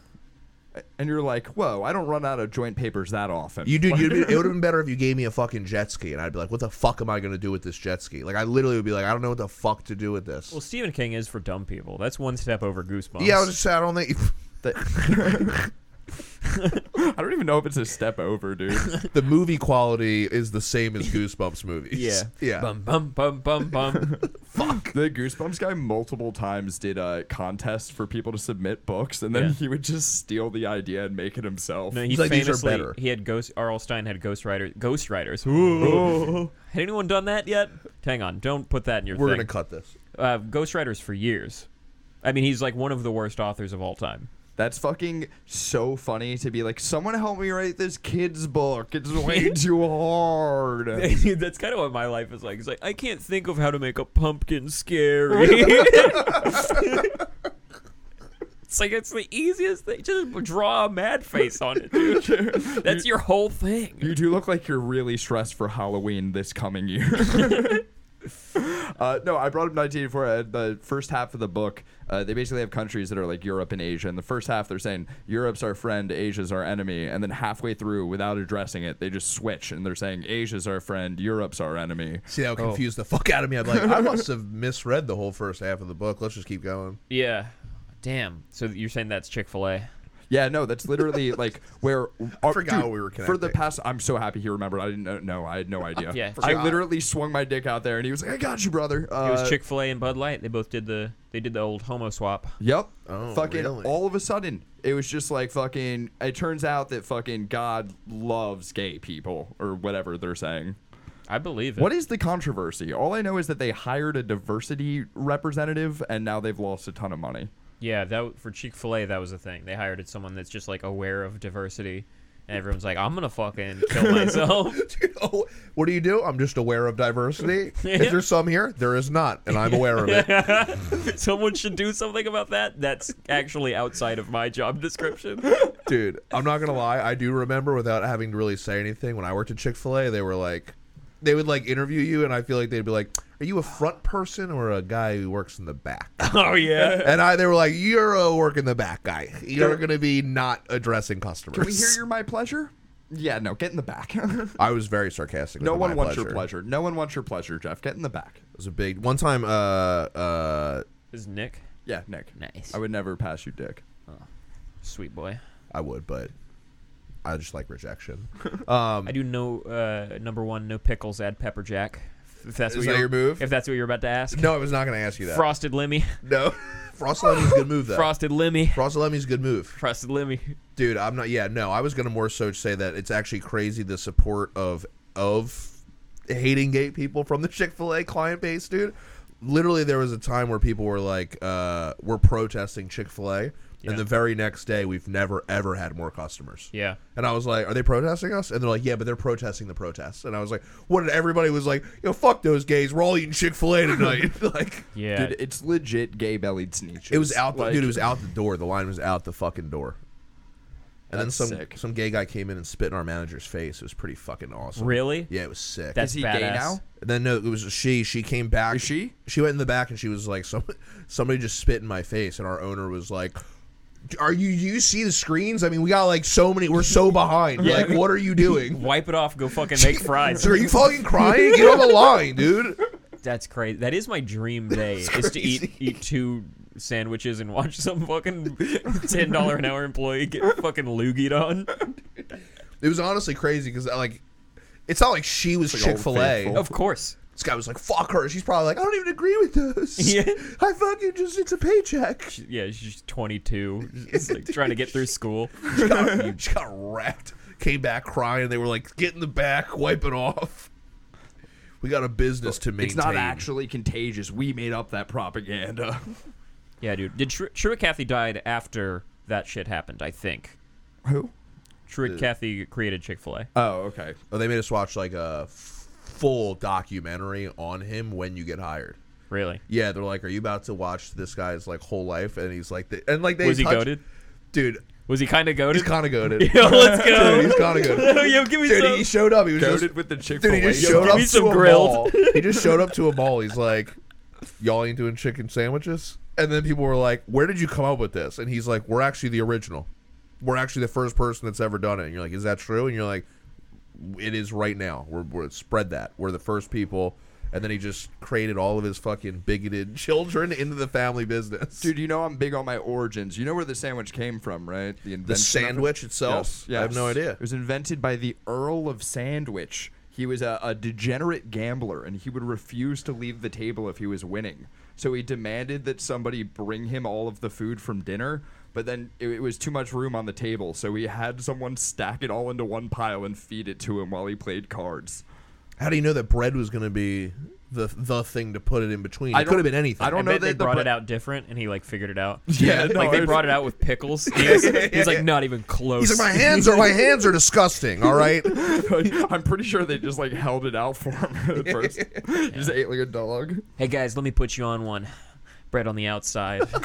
S3: and you're like, "Whoa, I don't run out of joint papers that often."
S1: You
S3: (laughs)
S1: dude, you'd be, it would have been better if you gave me a fucking jet ski, and I'd be like, "What the fuck am I gonna do with this jet ski?" Like, I literally would be like, "I don't know what the fuck to do with this."
S2: Well, Stephen King is for dumb people. That's one step over Goosebumps.
S1: yeah, I was just saying, I don't think (laughs)
S3: I don't even know if it's a step over,
S1: (laughs)
S3: dude.
S1: the movie quality is the same
S2: (laughs)
S1: as Goosebumps movies.
S2: Yeah.
S1: yeah.
S2: Bum bum bum bum
S1: (laughs)
S2: bum.
S3: the Goosebumps guy multiple times did a contest for people to submit books, and then
S2: Yeah.
S3: he would just steal the idea and make it himself.
S2: No, he
S1: He's like, "These are
S2: famously
S1: better."
S2: he had ghost. R.L. Stein had ghost writers. Ghost writers. Ooh. Had anyone done that yet? Hang on, don't put that in your
S1: We're
S2: thing.
S1: gonna cut this.
S2: uh, ghost writers for years. I mean, he's like one of the worst authors of all time.
S3: That's fucking so funny to be like, someone help me write this kid's book.
S2: (laughs)
S3: It's way too hard.
S2: That's kind of what my life is like. It's like I can't think of how to make a pumpkin scary. (laughs) it's like it's the easiest thing. Just draw a mad face on it, dude. That's your whole thing.
S3: You do look like you're really stressed for Halloween this
S1: (laughs)
S3: coming year. (laughs) uh, no, I brought up 1984. Uh, the first half of the book, uh, they basically have countries that are like Europe and Asia. And the first half, they're saying Europe's our friend, Asia's our enemy. And then halfway through, without addressing it, they just switch and they're saying Asia's our friend, Europe's our enemy.
S1: See, that would confuse the fuck out of me. I'm like, I
S3: (laughs)
S1: must have misread the whole first half of the book. Let's just keep going. (laughs)
S2: Yeah. Damn. So you're saying that's Chick Fil A?
S3: Yeah, no, that's
S1: (laughs)
S3: literally like where I
S1: forgot we were
S3: for the
S1: connecting.
S3: past. I'm so happy he remembered. I didn't know. No, I had no idea.
S2: Uh, Yeah.
S3: I
S2: Forgot.
S3: literally swung my dick out there, and he was like, "I got you, brother." Uh,
S2: It was Chick Fil A and Bud Light. They both did the they did the old homo swap.
S3: Yep.
S1: Oh,
S3: fucking
S1: really?
S3: all of a sudden, it was just like fucking. It turns out that fucking God loves gay people or whatever they're saying.
S2: I believe it.
S3: What is the controversy? All I know is that they hired a diversity representative, and now they've lost a ton of money.
S2: Yeah, that for Chick Fil A that was a thing. They hired someone that's just like aware of diversity, And everyone's like, I'm gonna fucking kill myself.
S1: oh, what do you do? I'm just aware of
S3: (laughs)
S1: diversity. Is there some here? There is not, and I'm aware of it.
S2: Someone should do something about that. That's actually outside of my job description.
S1: Dude, I'm not gonna lie. I do remember without having to really say anything. When I worked at Chick Fil A, they were like, they would like interview you, and I feel like they'd be like, "Are you a front person or a guy who works in the
S3: (laughs)
S1: back?"
S2: Oh yeah.
S1: And I, they were like, "You're a work in the back guy. You're gonna be not addressing customers."
S3: Can we hear your my pleasure? Yeah, no, get in the back. (laughs)
S1: I was very sarcastic. with
S3: no
S1: the
S3: one
S1: my
S3: wants your pleasure. No one wants your pleasure, Jeff. Get in the back.
S1: It was a big one time. Uh, uh,
S2: Is Nick
S3: Yeah, Nick.
S2: nice?
S3: I would never pass you, Dick.
S2: Sweet boy.
S1: I would, but I just like rejection. Um,
S2: I do no uh, number one, no pickles, add pepper jack. If that's
S1: Is
S2: what
S1: that
S2: you're,
S1: your move?
S2: If that's what you're about to ask.
S1: No, I was not gonna ask you that.
S2: Frosted Lemmy.
S1: no, (laughs) Frostalemi's good move though.
S2: Frosted Lemmy.
S1: Frostalemi's good move.
S2: Frosted Lemmy.
S1: dude i'm not yeah no i was gonna more so say that it's actually crazy the support of of hating gay people from the (laughs) chick-fil-a client base dude literally there was a time where people were like uh we're protesting chick-fil-a
S2: Yeah.
S1: and the very next day we've never ever had more customers
S2: Yeah.
S1: and I was like, "Are they protesting us?" And they're like, "Yeah, but they're protesting the protests." And I was like, "What?" did- Everybody was like, "Yo, fuck those gays. We're all eating Chick Fil A tonight." (laughs) like,
S2: Yeah.
S3: Dude, it's legit gay bellied sneeches.
S1: it was out, the,
S3: Like,
S1: dude. It was out the door. The line was out the fucking door. And then
S3: That's
S1: some
S3: sick.
S1: some gay guy came in and spit in our manager's face. It was pretty fucking awesome.
S2: really?
S1: Yeah, it was sick.
S2: That's
S3: Is he
S2: badass.
S3: gay now?
S1: and then no, it was she. She came back.
S3: Is she?
S1: She went in the back and she was like, "Some somebody just spit in my face." And our owner was like, "Are you? Do you see the screens? I mean, we got like so many. We're so
S3: (laughs)
S1: behind.
S2: Yeah.
S1: Like, what are you doing?"
S2: Wipe it off.
S1: (laughs)
S2: Go fucking make fries.
S1: So are you fucking crying? Get on the line, dude.
S2: That's crazy. That is my dream day is to eat
S1: crazy.
S2: eat two sandwiches and watch (laughs) some fucking ten dollar an hour employee get fucking loogied on.
S1: It was honestly crazy because like, it's not like she was
S3: It's like
S1: Chick Fil
S3: Old
S1: A.
S3: Faithful.
S2: Of course.
S1: This guy was like, "Fuck her." She's probably like, "I don't even agree with this."
S2: Yeah.
S1: I fucking just—it's a paycheck. She
S2: Yeah, she's 22, It's like trying to get through school.
S1: (laughs) got, she got wrecked. Came back crying. They were like, "Get in the back, wipe it off." We got a business to maintain.
S3: It's not actually contagious. We made up that propaganda. (laughs)
S2: Yeah, dude. Did Tru- Truett Cathy died after that shit happened? I think
S3: Who?
S2: Truett Cathy created Chick Fil A.
S3: Oh, okay.
S1: Oh, they made us watch like a f- full documentary on him when you get hired.
S2: Really?
S1: Yeah, they're like, "Are you about to watch this guy's like whole life?" And he's like, the, "And like they
S2: Was he
S1: touch-
S2: goaded?
S1: dude?
S2: Was he kind of
S1: He's
S2: goaded?
S1: kind of goaded.
S2: (laughs) Yo, let's
S1: Dude, he's
S2: go.
S1: kind of goaded.
S2: (laughs) Yo, give me
S1: Dude,
S2: some.
S1: he showed up. He was
S3: Goaded
S1: just,
S3: (laughs) with the Chick
S1: Dude, he
S3: Fil
S1: just
S2: Yo,
S1: showed
S2: give
S1: up
S2: me
S1: to
S2: some
S1: a
S2: grilled.
S1: mall. He just showed up to a mall. He's like, "Y'all ain't doing chicken sandwiches." And then people were like, "Where did you come up with this?" And he's like, "We're actually the original. We're actually the first person that's ever done it." And you're like, "Is that true?" And you're like, "It is right now. We're, we're spread that. We're the first people." And then he just created all of his fucking bigoted (laughs) children into the family business.
S3: Dude, you know I'm big on my origins. You know where the sandwich came from, right? The invention.
S1: the
S3: of it?
S1: sandwich itself,
S3: Yes, yes.
S1: I have no idea.
S3: It was invented by the Earl of Sandwich. He was a, a degenerate gambler, and he would refuse to leave the table if he was winning. So he demanded that somebody bring him all of the food from dinner, but then it, it was too much room on the table, so he had someone stack it all into one pile and feed it to him while he played cards.
S1: How do you know that bread was going to be the the thing to put it in between?
S3: I
S1: It could have
S3: don't-
S1: been anything.
S3: I don't
S2: I
S3: know
S2: bet they
S3: that the
S2: brought
S3: bre-
S2: it out different, and he like figured it out.
S3: Yeah, no,
S2: like they
S3: it's-
S2: brought it out with
S3: (laughs)
S2: pickles. He was, he was, like not even close.
S1: He's
S2: (laughs)
S1: like, my hands are my hands are disgusting. All right, (laughs)
S3: (laughs) I'm pretty sure they just like held it out for him at (laughs) first. He just ate like a dog.
S2: hey guys, let me put you on one. Bread on the outside. (laughs)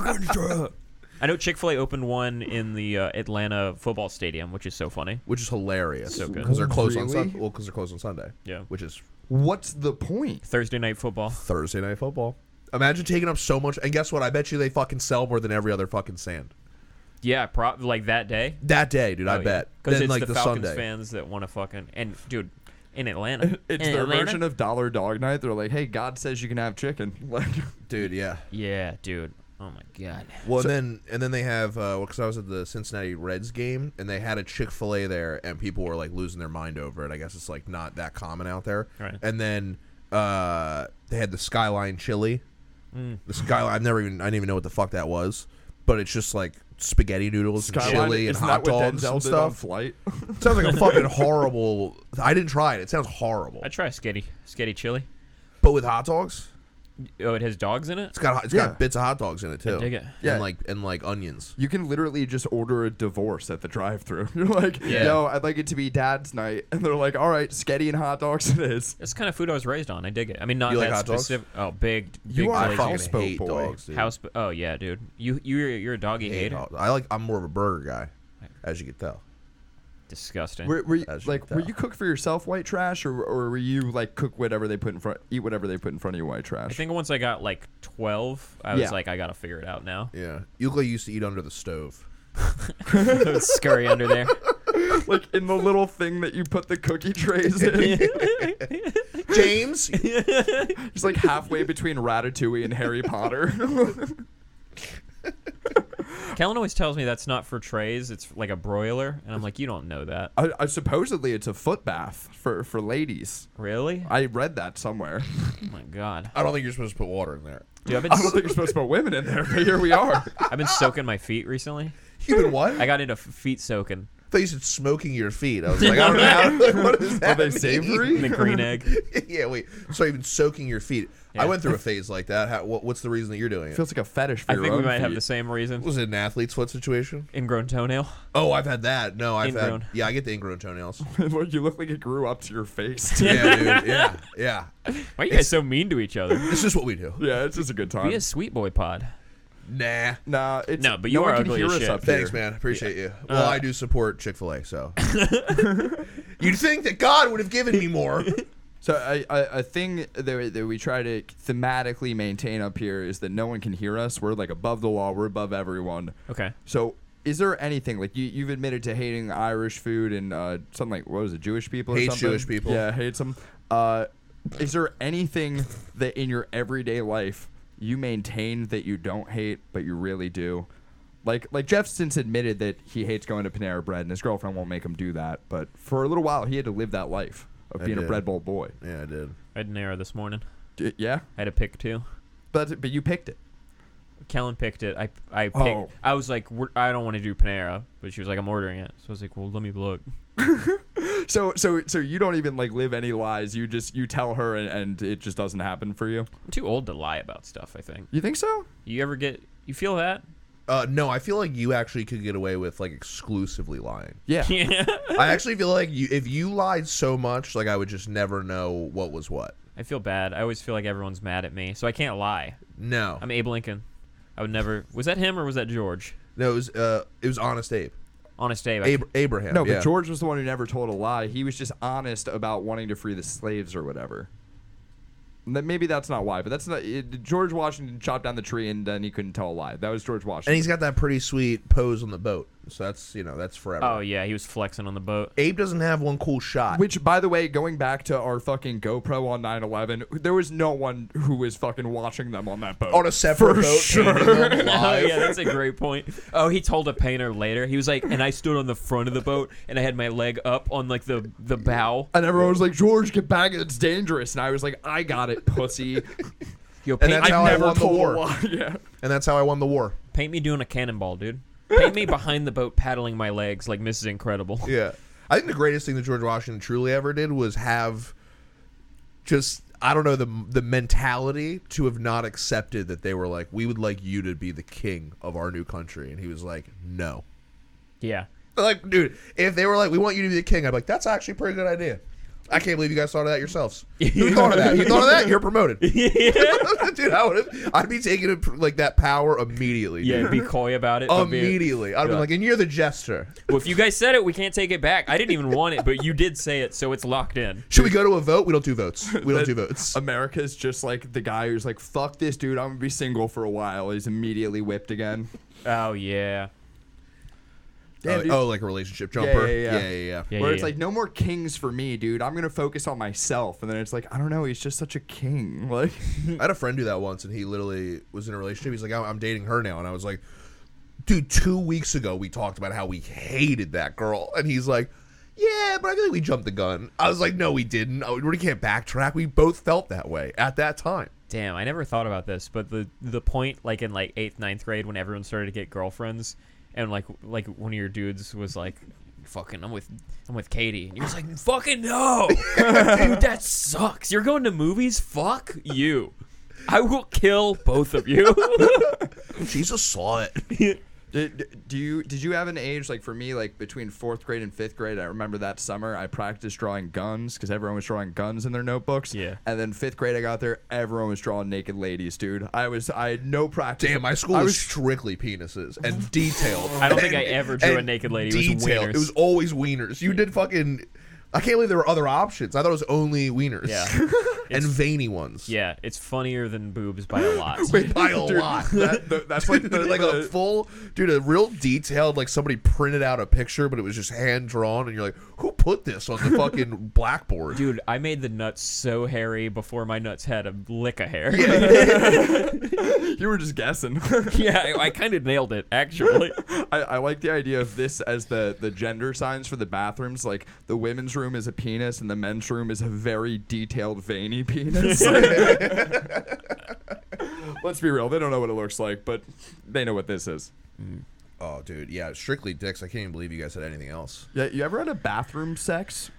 S2: I know Chick Fil A opened one in the uh, Atlanta football stadium, which is so funny.
S1: which is hilarious.
S2: So good.
S1: because they're closed on
S3: Really?
S1: Sunday. Well, because they're closed on Sunday.
S2: Yeah.
S1: which is
S3: What's the point?
S2: Thursday night football.
S1: Thursday night football. Imagine taking up so much. And guess what? I bet you they fucking sell more than every other fucking sand
S2: Yeah, pro- like that day.
S1: that day, dude. I bet.
S2: because
S1: Then
S2: Oh, it's
S1: like
S2: the,
S1: the,
S2: Falcons
S1: Sunday.
S2: fans that want to fucking and dude in (laughs) Atlanta.
S3: It's
S2: in
S3: their
S2: Atlanta?
S3: version of Dollar Dog Night. They're like, "Hey, God says you can have chicken." (laughs) Like,
S1: dude. Yeah.
S2: Yeah, dude. Oh my god.
S1: Well, and then and then they have because I was at the Cincinnati Reds game and they had a Chick Fil A there and people were like losing their mind over it. I guess it's like not that common out there.
S2: Right.
S1: And then uh, they had the Skyline Chili. The Skyline. I've never even I didn't even know what the fuck that was, but it's just like spaghetti noodles
S3: Skyline,
S1: and chili and
S3: isn't
S1: hot
S3: that what
S1: dogs and
S3: Denzel did on
S1: stuff.
S3: Flight. (laughs)
S1: sounds like a fucking horrible. I didn't try it. It sounds horrible.
S2: I try sketty sketty chili.
S1: But with hot dogs.
S2: Oh, it has dogs in it.
S1: It's got it's
S3: Yeah.
S1: got bits of hot dogs in it too.
S2: dig it.
S3: Yeah.
S1: And like and like onions.
S3: You can literally just order a divorce at the drive-thru. (laughs) You're like,
S1: Yeah.
S3: "Yo, I'd like it to be Dad's night," (laughs) and they're like, "All right, sketty and hot dogs it is."
S2: That's the kind of food I was raised on. I dig it. I mean, not
S1: You like
S2: that
S1: hot dogs?
S2: specific. Oh, big. big
S3: You are
S2: glazy.
S3: a fucking
S1: fucking
S3: houseboat
S1: hate
S3: boy.
S1: dogs, dude.
S2: house. Oh yeah, dude. You you you're, you're a doggy
S1: Hate
S2: hater.
S1: hot- I like. I'm more of a burger guy, as you can tell.
S2: Disgusting.
S3: Were, were you,
S1: As you
S3: like,
S1: can
S3: were
S1: tell.
S3: you cook for yourself white trash, or, or were you like cook whatever they put in front, eat whatever they put in front of you white trash?
S2: I think once I got like twelve, I was
S3: Yeah.
S2: like, I gotta figure it out
S3: (laughs)
S2: now. (laughs)
S1: Yeah. You look like you used to eat under the stove.
S2: I would scurry under
S3: (laughs)
S2: there.
S3: like in the little thing that you put the cookie
S1: (laughs)
S3: trays in.
S2: (laughs)
S1: James,
S3: It's like halfway between Ratatouille and
S1: (laughs)
S3: Harry Potter.
S2: Kellen always tells me that's not for trays. It's like a broiler, and I'm like, you don't know that,
S3: I, I supposedly it's a foot bath for for ladies.
S2: really?
S3: I read that somewhere.
S2: oh my
S3: (laughs)
S2: god,
S1: I don't think you're supposed to put water in there.
S2: dude, I've been
S3: I don't think (laughs) you're supposed to put women in there, but here we are.
S2: I've been soaking my feet recently.
S1: You been what?
S2: I got into f- feet
S3: (laughs)
S2: soaking.
S1: I thought you said smoking your feet. I was like, I don't know. (laughs) How,
S2: (laughs)
S1: like, (laughs) what is
S3: Are
S1: that?
S3: they
S1: mean?
S3: savory?
S2: The green
S3: (laughs)
S2: egg.
S1: yeah. Wait. So even soaking your feet.
S2: Yeah.
S1: I went
S2: (laughs)
S1: through a phase like that. How, what, what's the reason that you're doing it?
S3: Feels like a fetish for
S2: I
S3: your
S2: think we
S3: own
S2: might have
S3: feet.
S2: the same reason.
S1: Was it an athlete's foot situation?
S2: Ingrown toenail.
S1: Oh, I've had that. No, I've
S2: Ingrown.
S1: had. Yeah, I get the ingrown
S2: (laughs)
S1: toenails.
S3: Look, you look (laughs) like it grew up to your face. dude.
S1: yeah, dude. Yeah, yeah.
S2: Why are you guys so mean to each
S3: (laughs)
S2: other?
S1: This is what we do.
S3: yeah, it's just a good time.
S2: Be a sweet boy pod.
S1: Nah.
S3: Nah, it's,
S2: No, but you
S3: one
S2: are
S3: can
S2: ugly
S3: hear
S2: as
S3: us
S2: shit.
S3: up here.
S1: Thanks, man. Appreciate you.
S2: Uh,
S1: Well, I do support Chick Fil A,
S2: (laughs)
S1: so you'd think that God would have given me more.
S3: So I, I, a thing that, we- that we try to thematically maintain up here is that no one can hear us. We're like above the law. We're above everyone.
S2: Okay.
S3: So is there anything like you, you've admitted to hating Irish food and uh, something like what was it Jewish people? Or
S1: Hate
S3: something?
S1: Jewish people.
S3: Yeah, hate some. Uh, is there anything that in your everyday life you maintain that you don't hate but you really do? Like like Jeff since admitted that he hates going to Panera Bread and his girlfriend won't make him do that. But for a little while he had to live that life of
S1: I
S3: being a
S1: did.
S3: bread bowl boy.
S1: Yeah, I did.
S2: I had an error this morning.
S3: D- yeah,
S2: I had a pick too.
S3: but but you picked it.
S2: Kellen picked it. I I picked.
S3: Oh.
S2: I was like, We're, I don't want to do Panera, but she was like, I'm ordering it. So I was like, well, let me look.
S3: So so so you don't even like live any lies. You just you tell her and, and it just doesn't happen for you.
S2: I'm too old to lie about stuff. I think.
S3: You think so?
S2: You ever get? You feel that?
S1: Uh, no, I feel like you actually could get away with like exclusively lying.
S3: Yeah.
S2: Yeah.
S1: I actually feel like you, if you lied so much, like I would just never know what was what.
S2: (laughs) I feel bad. I always feel like everyone's mad at me, so I can't lie.
S1: No,
S2: I'm Abe Lincoln. I would never. Was that him or was that George?
S1: no, it was uh, it was honest Abe,
S2: Honest Abe. I-
S1: Ab- Abraham.
S3: No, but
S1: yeah.
S3: George was the one who never told a lie. He was just honest about wanting to free the slaves or whatever. And That maybe that's not why, but that's not it, George Washington chopped down the tree and then he couldn't tell a lie. That was George
S1: and
S3: Washington.
S1: he's got that pretty sweet pose on the boat. So that's you know that's forever.
S2: oh yeah, he was flexing on the boat.
S1: Abe doesn't have one cool shot.
S3: Which, by the way, going back to our fucking GoPro on 9/11, there was no one who was fucking watching them on that boat.
S1: on a separate
S3: For
S1: boat,
S3: sure.
S1: painting them
S2: Oh
S1: live.
S2: yeah, that's a great point. Oh, he told a painter later. He was like, and I stood on the front of the boat and I had my leg up on like the the bow.
S3: and everyone was like, "George, get back! It's dangerous." And I was like, "I got it, (laughs) pussy."
S2: Yo,
S1: And
S2: paint,
S1: that's
S2: I-
S1: how I
S3: Never
S1: won the
S3: told a
S1: war. (laughs)
S3: lie. Yeah.
S1: And that's how I won the war.
S2: paint me doing a cannonball, dude. Paint me behind the boat paddling my legs like Mrs. Incredible.
S1: Yeah. I think the greatest thing that George Washington truly ever did was have just I don't know the the mentality to have not accepted that they were like we would like you to be the king of our new country and he was like no.
S2: (laughs) (laughs) Yeah.
S1: Like dude, if they were like we want you to be the king, I'd be like that's actually a pretty good idea. I can't believe you guys thought of that
S2: (laughs)
S1: yourselves. Who thought of that? You thought of that? You're promoted. (laughs) dude, I would have I'd be taking it, like that power immediately.
S2: Yeah,
S1: dude.
S2: (laughs) be coy about it. but be-
S1: Immediately. I'd have been
S2: Yeah.
S1: like, and you're the jester.
S2: well, if you guys said it, we can't take it back. I didn't even want it, but you did say it, so it's locked in.
S1: Should we go to a vote? We don't do votes. We don't do
S3: that
S1: votes.
S3: America's just like the guy who's like, fuck this dude, I'm gonna be single for a while. He's immediately whipped again.
S2: Oh yeah.
S3: Damn,
S1: oh,
S3: dude.
S1: oh, like a relationship jumper.
S3: yeah, yeah.
S1: yeah, yeah,
S2: Yeah,
S3: Where
S2: yeah,
S3: it's
S2: yeah.
S3: like, no more kings for me, dude. I'm gonna focus on myself. And then it's like, I don't know, he's just such a king. (laughs) Like,
S1: I had a friend do that once, and he literally was in a relationship. He's like, I'm, I'm dating her now, and I was like, dude, two weeks ago we talked about how we hated that girl, and he's like. Yeah, but I feel like we jumped the gun. I was like, no, we didn't. Oh, We really can't backtrack. We both felt that way at that time.
S2: Damn, I never thought about this, but the the point like in like eighth, ninth grade when everyone started to get girlfriends, and like like one of your dudes was like, "Fucking, I'm with I'm with Katie," and you was like, (laughs) "Fucking no, dude, that sucks. You're going to movies? Fuck you." I will kill both of you. (laughs)
S1: Jesus saw it.
S3: Did, do you did you have an age like for me like between fourth grade and fifth grade? I remember that summer I practiced drawing guns because everyone was drawing guns in their notebooks.
S2: Yeah.
S3: And then fifth grade I got there, everyone was drawing naked ladies, dude. I was I had no practice.
S1: Damn, my school
S3: I
S1: was
S3: was
S1: strictly penises and detailed.
S2: I don't think
S1: And-
S2: I ever drew a
S1: and
S2: naked lady. It was
S1: detailed.
S2: wieners.
S1: It was always wieners. You did fucking. I can't believe there were other options. I thought it was only wieners.
S2: Yeah.
S1: (laughs) and
S2: It's-
S1: veiny ones.
S2: yeah, it's funnier than boobs by a (laughs) lot.
S1: (laughs) By a
S3: (laughs)
S1: lot.
S3: That, th- that's (laughs) like the,
S1: like a full dude, a real detailed like somebody printed out a picture, but it was just hand drawn, and you're like, who put this on
S3: (laughs)
S1: the fucking blackboard?
S2: Dude, I made the nuts so hairy before my nuts had a lick of hair.
S3: you were just guessing.
S2: (laughs)
S3: (laughs)
S2: yeah, I, I kind of nailed it actually.
S3: I, I like the idea of this as the, the gender signs for the bathrooms. Like the women's room is a penis, and the men's room is a very detailed, veiny (laughs) penis. Let's be real; they don't know what it looks like, but they know what this is.
S1: Oh, dude, yeah, strictly dicks. I can't even believe you guys had anything else.
S3: Yeah, you ever had a bathroom sex?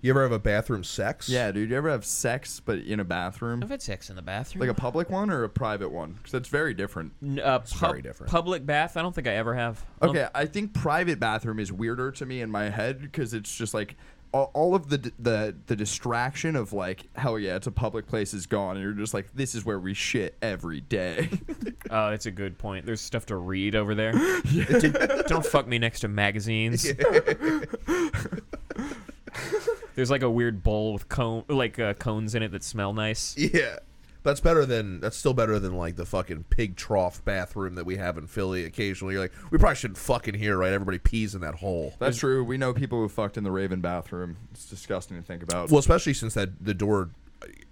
S1: You ever have a bathroom sex?
S3: Yeah, dude. You ever have sex, but in a bathroom,
S2: (laughs) I've had sex in the bathroom.
S3: like a public one or a private one? Because that's very different.
S2: N- uh, pub-
S1: very different.
S2: Public bath? I don't think I ever have. Um, I
S1: Um,
S2: don't-
S3: Okay, I think private bathroom is weirder to me in my head because it's just like all, all of the d- the the distraction of like hell yeah, it's a public place is gone, and you're just like this is where we shit every day.
S1: (laughs)
S2: Oh, that's a good point. There's stuff to read over
S3: (laughs)
S2: there. Don't- Don't fuck me next to magazines. (laughs) There's like a weird bowl with cone, like uh, cones in it that smell nice.
S1: Yeah. That's better than that's still better than like the fucking pig trough bathroom that we have in Philly occasionally. You're like, we probably shouldn't fuck in here, right? Everybody pees in that hole.
S3: That's true. We know people who fucked in the Raven bathroom. It's disgusting to think about.
S1: Well, especially since that the door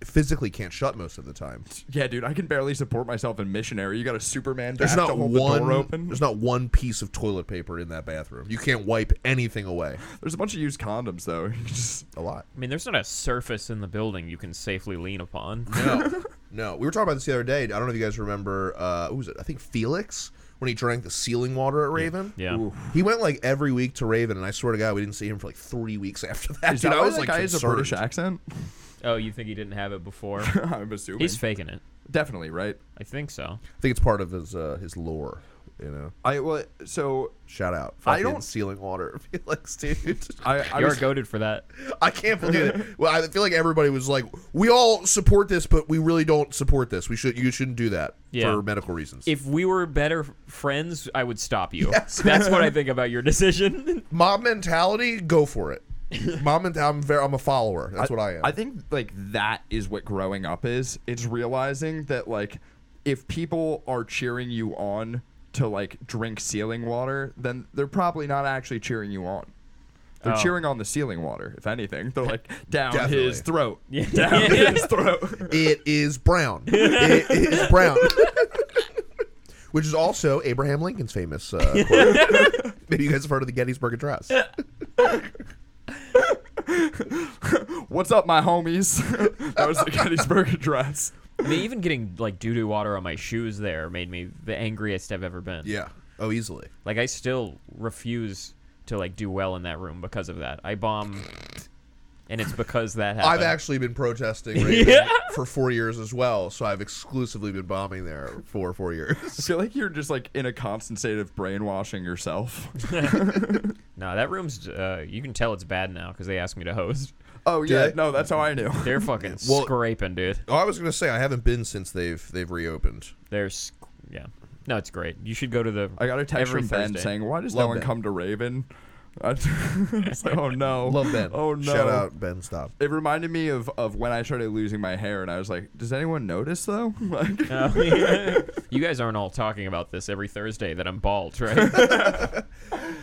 S1: physically can't shut most of the time.
S3: yeah, dude, I can barely support myself in missionary. You got a Superman
S1: There's
S3: back to
S1: not
S3: hold the
S1: one
S3: door open.
S1: there's not one piece of toilet paper in that bathroom. You can't wipe anything away.
S3: There's a bunch of used condoms though. (laughs) You just-
S1: A lot.
S2: I mean, there's not a surface in the building you can safely lean
S3: (laughs)
S2: upon.
S1: No, no. We were talking about this the other day. I don't know if you guys remember. Uh, who was it? I think Felix when he drank the ceiling water at Raven.
S2: Yeah.
S3: Ooh.
S1: He went like every week to Raven, and I swear to God, we didn't see him for like three weeks (laughs) after that.
S3: Is
S1: Dude,
S3: that
S1: I
S3: why
S1: was
S3: that
S1: like
S3: guy has a British
S1: concerned.
S3: accent? (laughs)
S2: Oh, you think he didn't have it before?
S3: I'm assuming
S2: He's faking it.
S3: definitely right.
S2: I think so.
S1: I think it's part of his uh, his lore. You know,
S3: I well, so
S1: shout out.
S3: I
S1: Fucking
S3: don't-
S1: ceiling water, (laughs) Felix, dude. (laughs)
S3: I, I
S2: You're
S3: was- (laughs)
S2: goaded for that.
S1: I can't believe it. Well, I feel like everybody was like, "We all support this, but we really don't support this. We should, you shouldn't do that
S2: Yeah.
S1: for medical reasons."
S2: If we were better f- friends, I would stop you.
S1: Yes.
S2: That's what I think about your decision. (laughs)
S1: mob mentality, go for
S3: (laughs)
S1: it. mob mentality. I'm very. I'm a follower. That's what I am.
S3: I think like that is what growing up is. It's realizing that like if people are cheering you on to like drink ceiling water, then they're probably not actually cheering you on. They're
S2: Oh.
S3: cheering on the ceiling water, if anything.
S1: (laughs)
S3: They're like down
S1: Definitely.
S3: his
S1: (laughs)
S3: throat.
S2: Yeah.
S3: (laughs) Down
S2: Yeah.
S3: (laughs) his throat.
S1: it is brown. it is (laughs) brown. Which is also Abraham Lincoln's famous. Uh, (laughs) quote. Maybe you guys have heard of the Gettysburg Address.
S3: What's up, my homies? (laughs) that was the Gettysburg Address.
S2: I mean, even getting like doo doo water on my shoes there made me the angriest I've ever been.
S1: Yeah. Oh, easily.
S2: Like I still refuse to like do well in that room because of that. I bomb, and it's because that
S1: I've
S2: happened.
S1: actually been protesting Raven
S2: Yeah.
S1: for four years as well, so I've exclusively been bombing there for four years. (laughs)
S3: I feel like you're just like in a constant state of
S1: (laughs)
S3: brainwashing yourself.
S2: no, that room's. Uh, you can tell it's bad now because they asked me to host. (laughs)
S3: Oh yeah,
S1: Dick.
S3: no, that's how I knew.
S2: They're fucking
S1: Well-
S2: scraping, dude.
S1: Oh, I was gonna say I haven't been since they've they've reopened.
S2: They're sc- yeah. No, it's great. You should go to the. (laughs)
S3: I got a text
S2: every
S3: from Ben
S2: Thursday.
S3: saying, "Why does
S1: Love
S3: no one
S1: Ben.
S3: come to Raven?" (laughs) I was like, "Oh no,
S1: Love Ben.
S3: Oh no,
S1: Shout out Ben. Stop.
S3: It reminded me of, of when I started losing my hair, and I was like, "Does anyone notice though?" (laughs) Like,
S2: Oh, yeah. (laughs) you guys aren't all talking about this every Thursday that I'm bald, right?
S3: (laughs)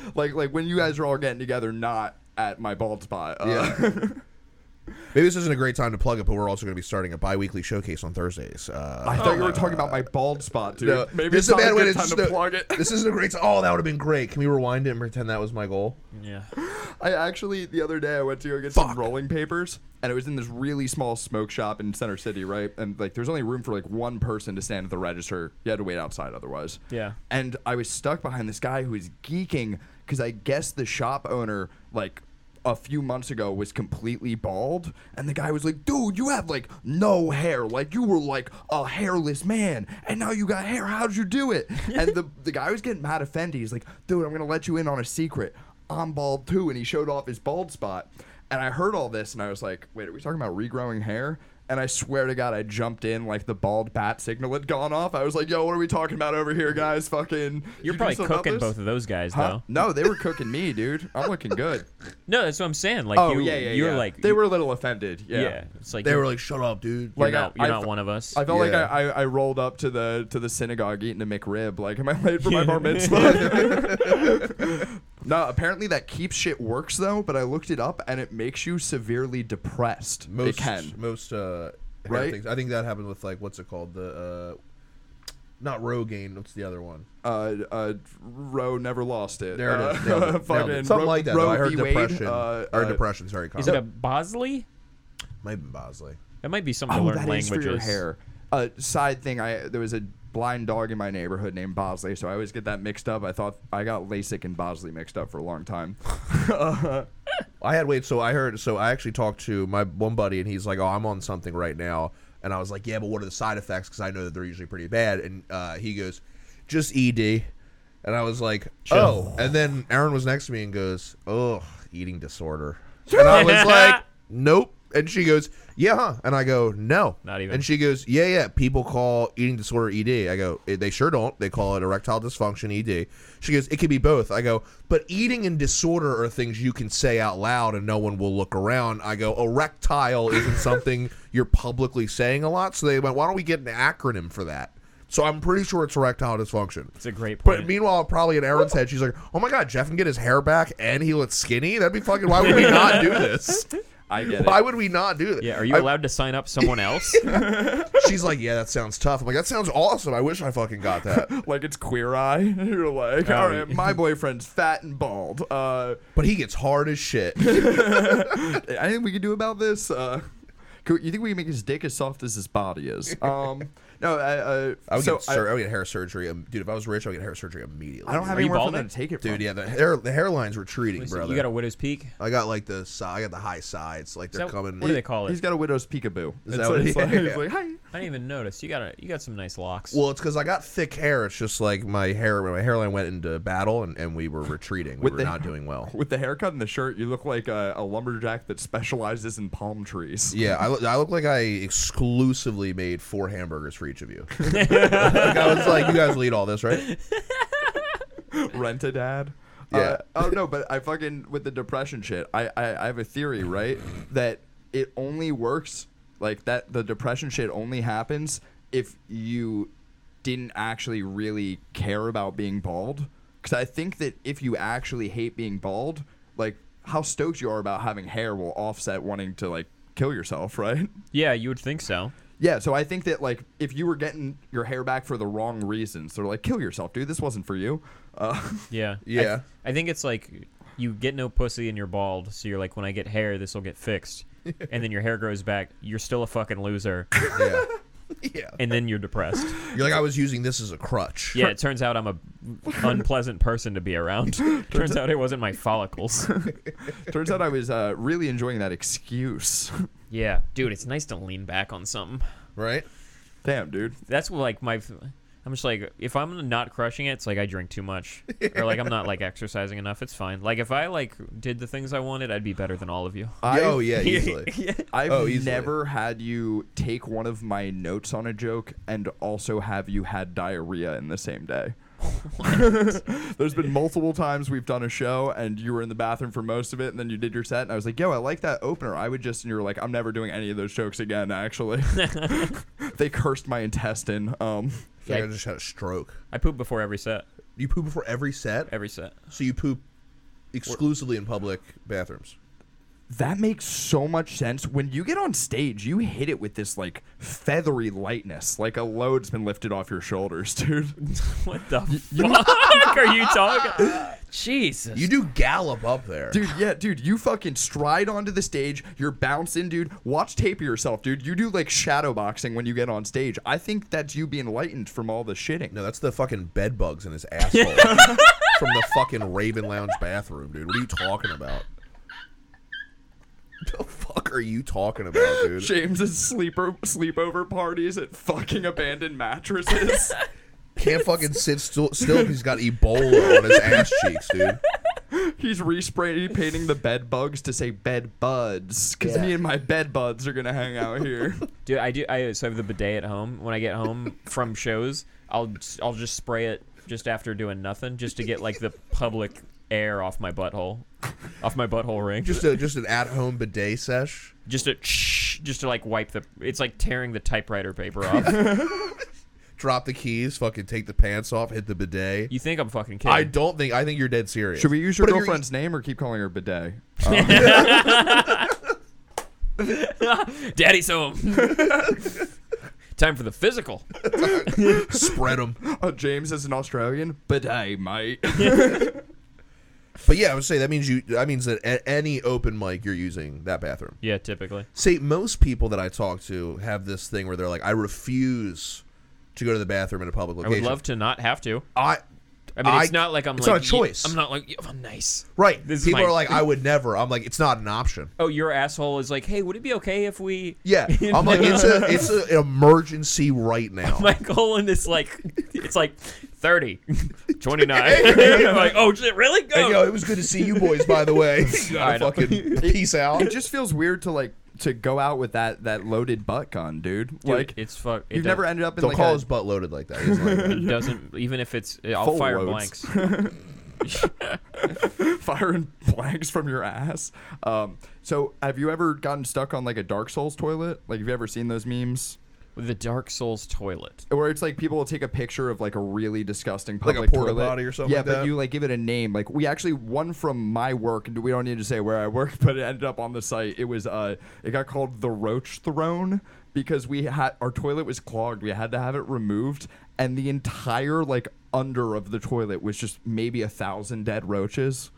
S2: (laughs)
S3: like, like when you guys are all getting together, not at my bald spot. Uh, (laughs)
S1: Yeah. Maybe this isn't a great time to plug it, but we're also going to be starting a bi-weekly showcase on Thursdays. Uh,
S3: I thought you were talking about my bald spot, dude.
S1: no,
S3: Maybe
S1: this is a
S3: it's not
S1: bad
S3: a
S1: way
S3: good
S1: to
S3: time to
S1: sno-
S3: plug it.
S1: This isn't a great. Oh, that would have been great. Can we rewind it and pretend that was my goal?
S2: yeah.
S3: I actually the other day I went to go get
S1: Fuck.
S3: some rolling papers, and it was in this really small smoke shop in Center City, right? And like, there's only room for like one person to stand at the register. You had to wait outside otherwise.
S2: Yeah.
S3: And I was stuck behind this guy who was geeking because I guess the shop owner like a few months ago was completely bald, and the guy was like, "Dude, you have like no hair. Like you were like a hairless man, and now you got hair. How'd you do it?" and the the guy was getting mad offended. He's like, "Dude, I'm gonna let you in on a secret. I'm bald too." And he showed off his bald spot. And I heard all this, and I was like, "Wait, are we talking about regrowing hair?" And I swear to God, I jumped in like the bald bat signal had gone off. I was like, "Yo, what are we talking about over here, guys? Fucking, you
S2: You're
S3: do
S2: probably
S3: something about
S2: cooking
S3: this?"
S2: both of those guys,
S3: Huh?
S2: though.
S3: No, they were cooking me, dude. I'm looking
S2: (laughs)
S3: good.
S2: No, that's what I'm saying. Like,
S3: Oh
S2: you,
S3: yeah, yeah,
S2: you're
S3: yeah.
S2: like,
S3: they were a little offended. Yeah,
S2: yeah. It's like
S1: They
S2: you're,
S1: were like, "Shut up, dude."
S2: you're
S3: like,
S2: not,
S3: I-
S2: you're not
S3: I've-
S2: one of us.
S3: I felt like I,
S1: Yeah.
S3: I, I rolled up to the to the synagogue eating a McRib. Like, am I late
S2: (laughs)
S3: for my bar mitzvah? (laughs) no, apparently that keep shit works though. But I looked it up, and it makes you severely depressed.
S1: most
S3: it can.
S1: most uh hair
S3: Right?
S1: things. I think that happened with like what's it called the uh not Rogaine. What's the other one?
S3: Uh, uh, Roe never lost it.
S1: There
S3: uh,
S1: it
S3: (laughs)
S1: is. Nailed it. Nailed it.
S3: fucking
S1: Something
S3: Roe-
S1: like that.
S3: Roe
S1: I heard
S3: v. Wade,
S1: depression.
S3: uh,
S1: I heard
S3: uh,
S1: depression's very common.
S2: Is it a Bosley?
S1: Might have been Bosley.
S2: That might be something to
S3: Oh,
S2: learn
S3: that is
S2: languages.
S3: for your hair. A side thing, I there was a blind dog in my neighborhood named Bosley, so I always get that mixed up. I thought I got LASIK and Bosley mixed up for a long time.
S1: I had wait. So I heard. So I actually talked to my one buddy, and he's like, "Oh, I'm on something right now," and I was like, "Yeah, but what are the side effects?" Because I know that they're usually pretty bad. And uh, he goes, "Just ED," and I was like, "Oh." And then Aaron was next to me and goes, "Oh, eating
S2: (laughs)
S1: disorder," and I was like, "Nope." And she goes, "Yeah," huh?" and I go, "No,
S2: Not even.
S1: And she goes, "Yeah, yeah." People call eating disorder ED. I go, "Eh, "They sure don't. They call it erectile dysfunction ED." She goes, "It could be both." I go, "But eating and disorder are things you can say out loud and no one will look around." I go, "Erectile isn't
S2: (laughs)
S1: something you're publicly saying a lot." So they went, "Why don't we get an acronym for that?" So I'm pretty sure it's erectile dysfunction.
S2: It's a great point.
S1: But meanwhile, probably in Aaron's head, she's like, "Oh my god, Jeff can get his hair back and he looks skinny. That'd be fucking. Why would we not do
S2: (laughs)
S1: this?
S3: I get it.
S1: Why would we not do this?
S2: yeah, are you
S1: I-
S2: allowed to sign up someone else?
S1: She's like, "Yeah, that sounds tough." I'm like, "That sounds awesome. I wish I fucking got that." (laughs)
S3: like it's queer eye. (laughs) You're like,
S1: Oh,
S3: all right, my boyfriend's fat and bald. Uh,
S1: But he gets hard as shit.
S3: anything we can do about this? Uh, could, you think we can make his dick as soft as his body is? Um, no, I,
S1: I
S3: uh,
S1: would
S3: so
S1: get
S3: I,
S1: sur- I, would get hair surgery, um, dude. If I was rich, I would get hair surgery immediately.
S3: I don't have
S2: Are you
S3: anywhere for
S2: balding?
S3: them to take it,
S1: dude.
S3: From.
S1: Yeah, the hair the hairline's retreating, brother.
S2: you got a widow's peak?
S1: I got like the si- I got the high sides. Like
S2: Is
S1: they're
S2: that-
S1: coming.
S2: What do they call
S3: He's
S2: it?
S3: got a widow's peekaboo. That's
S1: that
S3: what
S1: what
S3: it's
S1: he-
S3: like. He's (laughs)
S1: yeah.
S3: like, hi.
S2: I didn't even notice. You got a, you got some nice locks.
S1: Well, it's because I got thick hair. It's just like my hair. My hairline went into battle, and, and we were retreating. We
S3: With
S1: were
S3: the-
S1: not doing well.
S3: (laughs) With the haircut and the shirt, you look like a, a lumberjack that specializes in palm trees.
S1: Yeah, I, look- I look like I exclusively made four hamburgers for each of you. (laughs) like I was like, you guys will eat all this, right?
S3: (laughs) Rent a dad.
S1: Yeah.
S3: oh no, but I fucking with the depression shit. I, I I have a theory, right? That it only works like that. The depression shit only happens if you didn't actually really care about being bald. Because I think that if you actually hate being bald, like how stoked you are about having hair will offset wanting to like kill yourself, right?
S2: yeah, you would think so.
S3: Yeah, so I think that like if you were getting your hair back for the wrong reasons, they're like, kill yourself, dude. This wasn't for you. Uh, (laughs)
S2: Yeah.
S1: Yeah.
S2: I, I think it's like you get no pussy and you're bald, so you're like, when I get hair, this will get fixed. and then your hair grows back. You're still a fucking loser,
S1: Yeah. Yeah.
S2: and then you're depressed.
S1: You're like I was using this as a crutch.
S2: Yeah, it turns out I'm a unpleasant person to be around. turns out it wasn't my follicles.
S3: turns out I was uh, really enjoying that excuse. (laughs)
S2: yeah, dude, it's nice to lean back on something.
S1: Right?
S3: Damn, dude.
S2: That's what, like my. I'm just like if I'm not crushing it, it's like I drink too much, or like I'm not like exercising enough. It's fine. Like if I like did the things I wanted, I'd be better than all of you.
S3: I-
S1: oh (laughs) yeah,
S2: (laughs)
S1: easily.
S3: I've
S1: Oh, easily.
S3: never had you take one of my notes on a joke and also have you had diarrhea in the same day. (laughs) There's been multiple times we've done a show and you were in the bathroom for most of it, and then you did your set, and I was like, "Yo, I like that opener." I would just, and you were like, "I'm never doing any of those jokes again." Actually, (laughs) they cursed my intestine. Um,
S1: I feel like
S2: Yeah.
S1: I just had a stroke.
S2: I poop before every set.
S1: You poop before every set,
S2: Every set. (laughs)
S1: so you poop exclusively in public bathrooms.
S3: that makes so much sense. When you get on stage, you hit it with this like feathery lightness, like a load's been lifted off your shoulders, (laughs) dude.
S2: What the fuck (laughs) are you talking?
S1: (laughs)
S2: Jesus.
S1: You do gallop up there.
S3: Dude, yeah, dude, you fucking stride onto the stage. You're bouncing, dude. Watch tape of yourself, dude. You do like shadow boxing when you get on stage. I think that's you being lightened from all the shitting.
S1: No, that's the fucking bed bugs in his asshole from the fucking Raven Lounge bathroom, dude. What are you talking about? The fuck are you talking about, dude?
S3: James's sleeper sleepover parties at fucking
S1: (laughs)
S3: abandoned mattresses.
S1: Can't fucking sit still still 'cause he's got Ebola on his ass cheeks, dude.
S3: He's respraying painting the bed bugs to say bed buds because me and my bed buds are gonna hang out
S1: (laughs)
S3: here.
S2: Dude, I do. I so I have the bidet at home. When I get home from shows, I'll I'll just spray it just after doing nothing, just to get like the public air off my butthole, off my butthole ring. Just
S1: Just a just an at home bidet sesh.
S2: just to just to like wipe the. It's like tearing the typewriter
S1: (laughs)
S2: paper off.
S1: Drop the keys, fucking take the pants off, hit the bidet.
S2: you think I'm fucking kidding?
S1: I don't think I think you're dead serious.
S3: Should we use your
S1: But if you're-
S3: girlfriend's name or keep calling her bidet?
S1: (laughs)
S3: Uh,
S1: (laughs)
S2: Daddy's home. Time for the physical. (laughs)
S1: spread them?
S3: Uh, James is an Australian bidet, mate.
S1: But yeah, I would say that means you. That means that at any open mic, you're using that bathroom.
S2: Yeah, typically.
S1: See, most people that I talk to have this thing where they're like, I refuse to go to the bathroom in a public
S2: I
S1: location.
S2: would love to not have to.
S1: I.
S2: I mean, it's
S1: I-
S2: not like I'm
S1: it's
S2: like
S1: not a choice.
S2: I'm not like I'm nice.
S1: Right.
S2: This is
S1: people
S2: my-
S1: are like, I would never. I'm like, it's not an option.
S2: Oh, your asshole is like, hey, would it be okay if we?
S1: Yeah. I'm like, it's a it's a, an emergency right
S2: (laughs)
S1: now.
S2: (laughs) my colon is like it's like
S1: (laughs)
S2: 30 29 (laughs) I'm like oh shit really
S1: Hey, yo,
S2: go
S1: it was good to see you boys, by the way.
S2: (laughs) I know. (laughs)
S1: fucking peace out.
S3: it just feels weird to like to go out with that that loaded butt gun, dude. like
S2: it's fuck it
S3: you've never
S2: does-
S3: ended up in
S1: Don't
S3: like
S1: call
S3: a-
S1: his butt loaded like that. He doesn't like that.
S2: it doesn't even if it's I'll
S3: Full
S2: fire
S3: loads.
S1: (laughs)
S2: blanks
S3: (laughs) firing blanks from your ass. Um, so have you ever gotten stuck on like a Dark Souls toilet? Like have you ever seen those memes?
S2: with the Dark Souls toilet
S3: Where it's like people will take a picture of like a really disgusting
S1: Like
S3: public
S1: a porta
S3: toilet.
S1: potty or something
S3: Yeah,
S1: like
S3: but
S1: that?
S3: you like give it a name. Like we actually one from my work, and we don't need to say where I work, (laughs) but it ended up on the site. It was uh, it got called the Roach Throne because we had our toilet was clogged. We had to have it removed, and the entire like under of the toilet was just maybe a thousand dead roaches.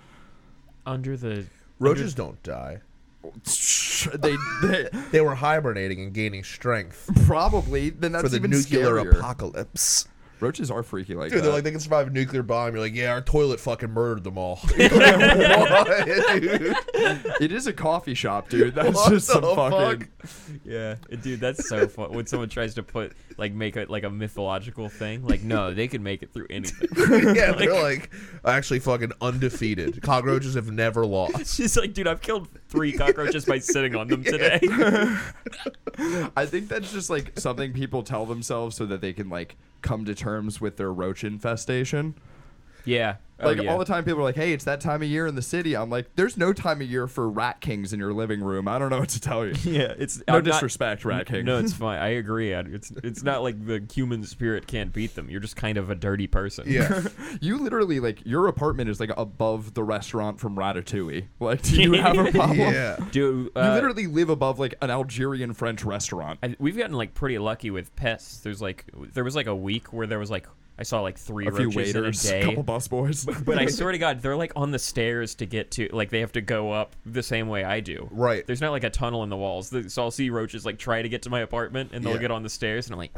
S2: under the
S1: Roaches don't die. (laughs)
S3: They, they
S1: They were hibernating and gaining strength
S3: probably then that's
S1: for the
S3: even
S1: nuclear
S3: scarier.
S1: apocalypse.
S3: Roaches are freaky like
S1: Dude,
S3: that.
S1: they're like they can survive a nuclear bomb. You're like, yeah, our toilet fucking murdered them all. (laughs) Dude.
S3: it is a coffee
S1: (laughs)
S3: shop, dude. That's
S1: What
S3: just some
S1: the
S3: fucking.
S2: yeah dude that's so fun when someone tries to put like make it like a mythological thing like no they could make it through anything
S3: (laughs)
S1: yeah, they're like actually fucking undefeated. Cockroaches have never lost.
S2: she's like dude I've killed three cockroaches by sitting on them
S3: (laughs)
S2: today
S3: I think that's just like something people tell themselves so that they can like come to terms with their roach infestation.
S2: yeah Oh,
S3: Like
S2: yeah.
S3: all the time, people are like, "Hey, it's that time of year in the city." I'm like, "There's no time of year for rat kings in your living room." I don't know what to tell you.
S2: (laughs) Yeah, it's I'm
S3: No
S2: not-
S3: disrespect, Rat King.
S2: No, it's fine. I agree. I- It's it's not like the human spirit can't beat them. You're just kind of a dirty person. (laughs)
S1: Yeah.
S3: You literally like your apartment is like above the restaurant from Ratatouille. Like, do you
S2: (laughs)
S3: have a problem?
S1: Yeah.
S2: Do
S3: You
S2: uh,
S3: literally live above like an Algerian French restaurant.
S2: I, we've gotten like pretty lucky with pests. There's like there was like a week where there was like I saw like three
S3: a few
S2: roaches
S3: waiters, (laughs)
S2: in a
S3: a
S2: day.
S3: couple bus boys. (laughs)
S2: but I swear to God, they're like on the stairs to get to, like they have to go up the same way I do.
S1: Right.
S2: There's not like a tunnel in the walls, The- so I'll see roaches like try to get to my apartment, and they'll
S1: Yeah.
S2: get on the stairs, and I'm like,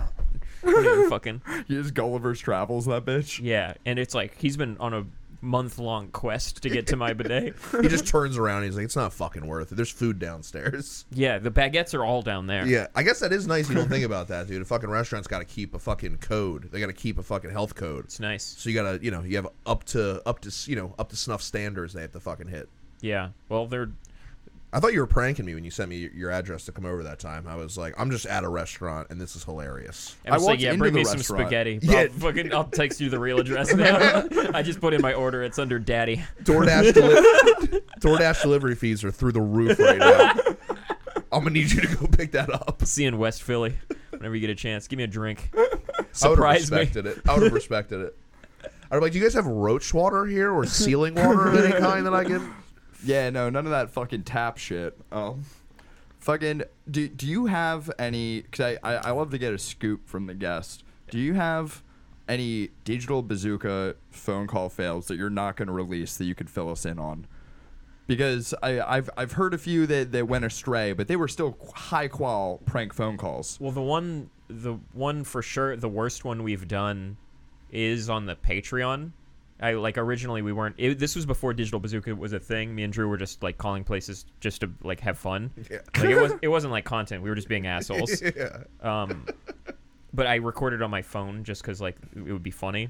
S2: "What are you fucking
S3: You just Gulliver's Travels that bitch.
S2: yeah. And it's like he's been on a month long quest to get to my bidet.
S1: He just turns around and he's like, it's not fucking worth it. There's food downstairs.
S2: Yeah, the baguettes are all down there.
S1: Yeah, I guess that is nice. You don't think about that, dude. A fucking restaurant's got to keep a fucking code. They got to keep a fucking health code.
S2: It's nice.
S1: So you gotta, you know, you have up to up to you know up to snuff standards they have to fucking hit.
S2: Yeah. Well, they're
S1: I thought you were pranking me when you sent me your- your address to come over that time. I was like, I'm just at a restaurant and this is hilarious.
S2: I was
S3: I
S2: like,
S3: walked
S2: yeah,
S3: into
S2: bring
S3: the
S2: me some
S3: restaurant.
S2: spaghetti.
S1: Yeah.
S2: Yeah. I'll fucking I'll text you the real address now. I just put in my order. It's under daddy. (laughs)
S1: DoorDash deli- DoorDash delivery fees are through the roof right now. I'm gonna need you to go pick that up.
S2: See you in West Philly whenever you get a chance. Give me a drink.
S1: (laughs) I would have
S2: Surprise me.
S1: respected it. I would have respected it. I'd be like, do you guys have roach water here or ceiling water of any kind that I can?
S3: Yeah, no, none of that fucking tap shit. Um, fucking, do, do you have any? Because I, I, I love to get a scoop from the guest. Do you have any digital bazooka phone call fails that you're not going to release that you could fill us in on? Because I, I've, I've heard a few that, that went astray, but they were still high qual prank phone calls.
S2: Well, the one the one for sure the worst one we've done is on the Patreon. I like originally we weren't. It, this was before Digital Bazooka was a thing. Me and Drew were just like calling places just to like have fun.
S1: (laughs) Yeah.
S2: Like it was. It wasn't like content. We were just
S1: (laughs)
S2: being assholes. Um, but I recorded on my phone just because like it would be funny.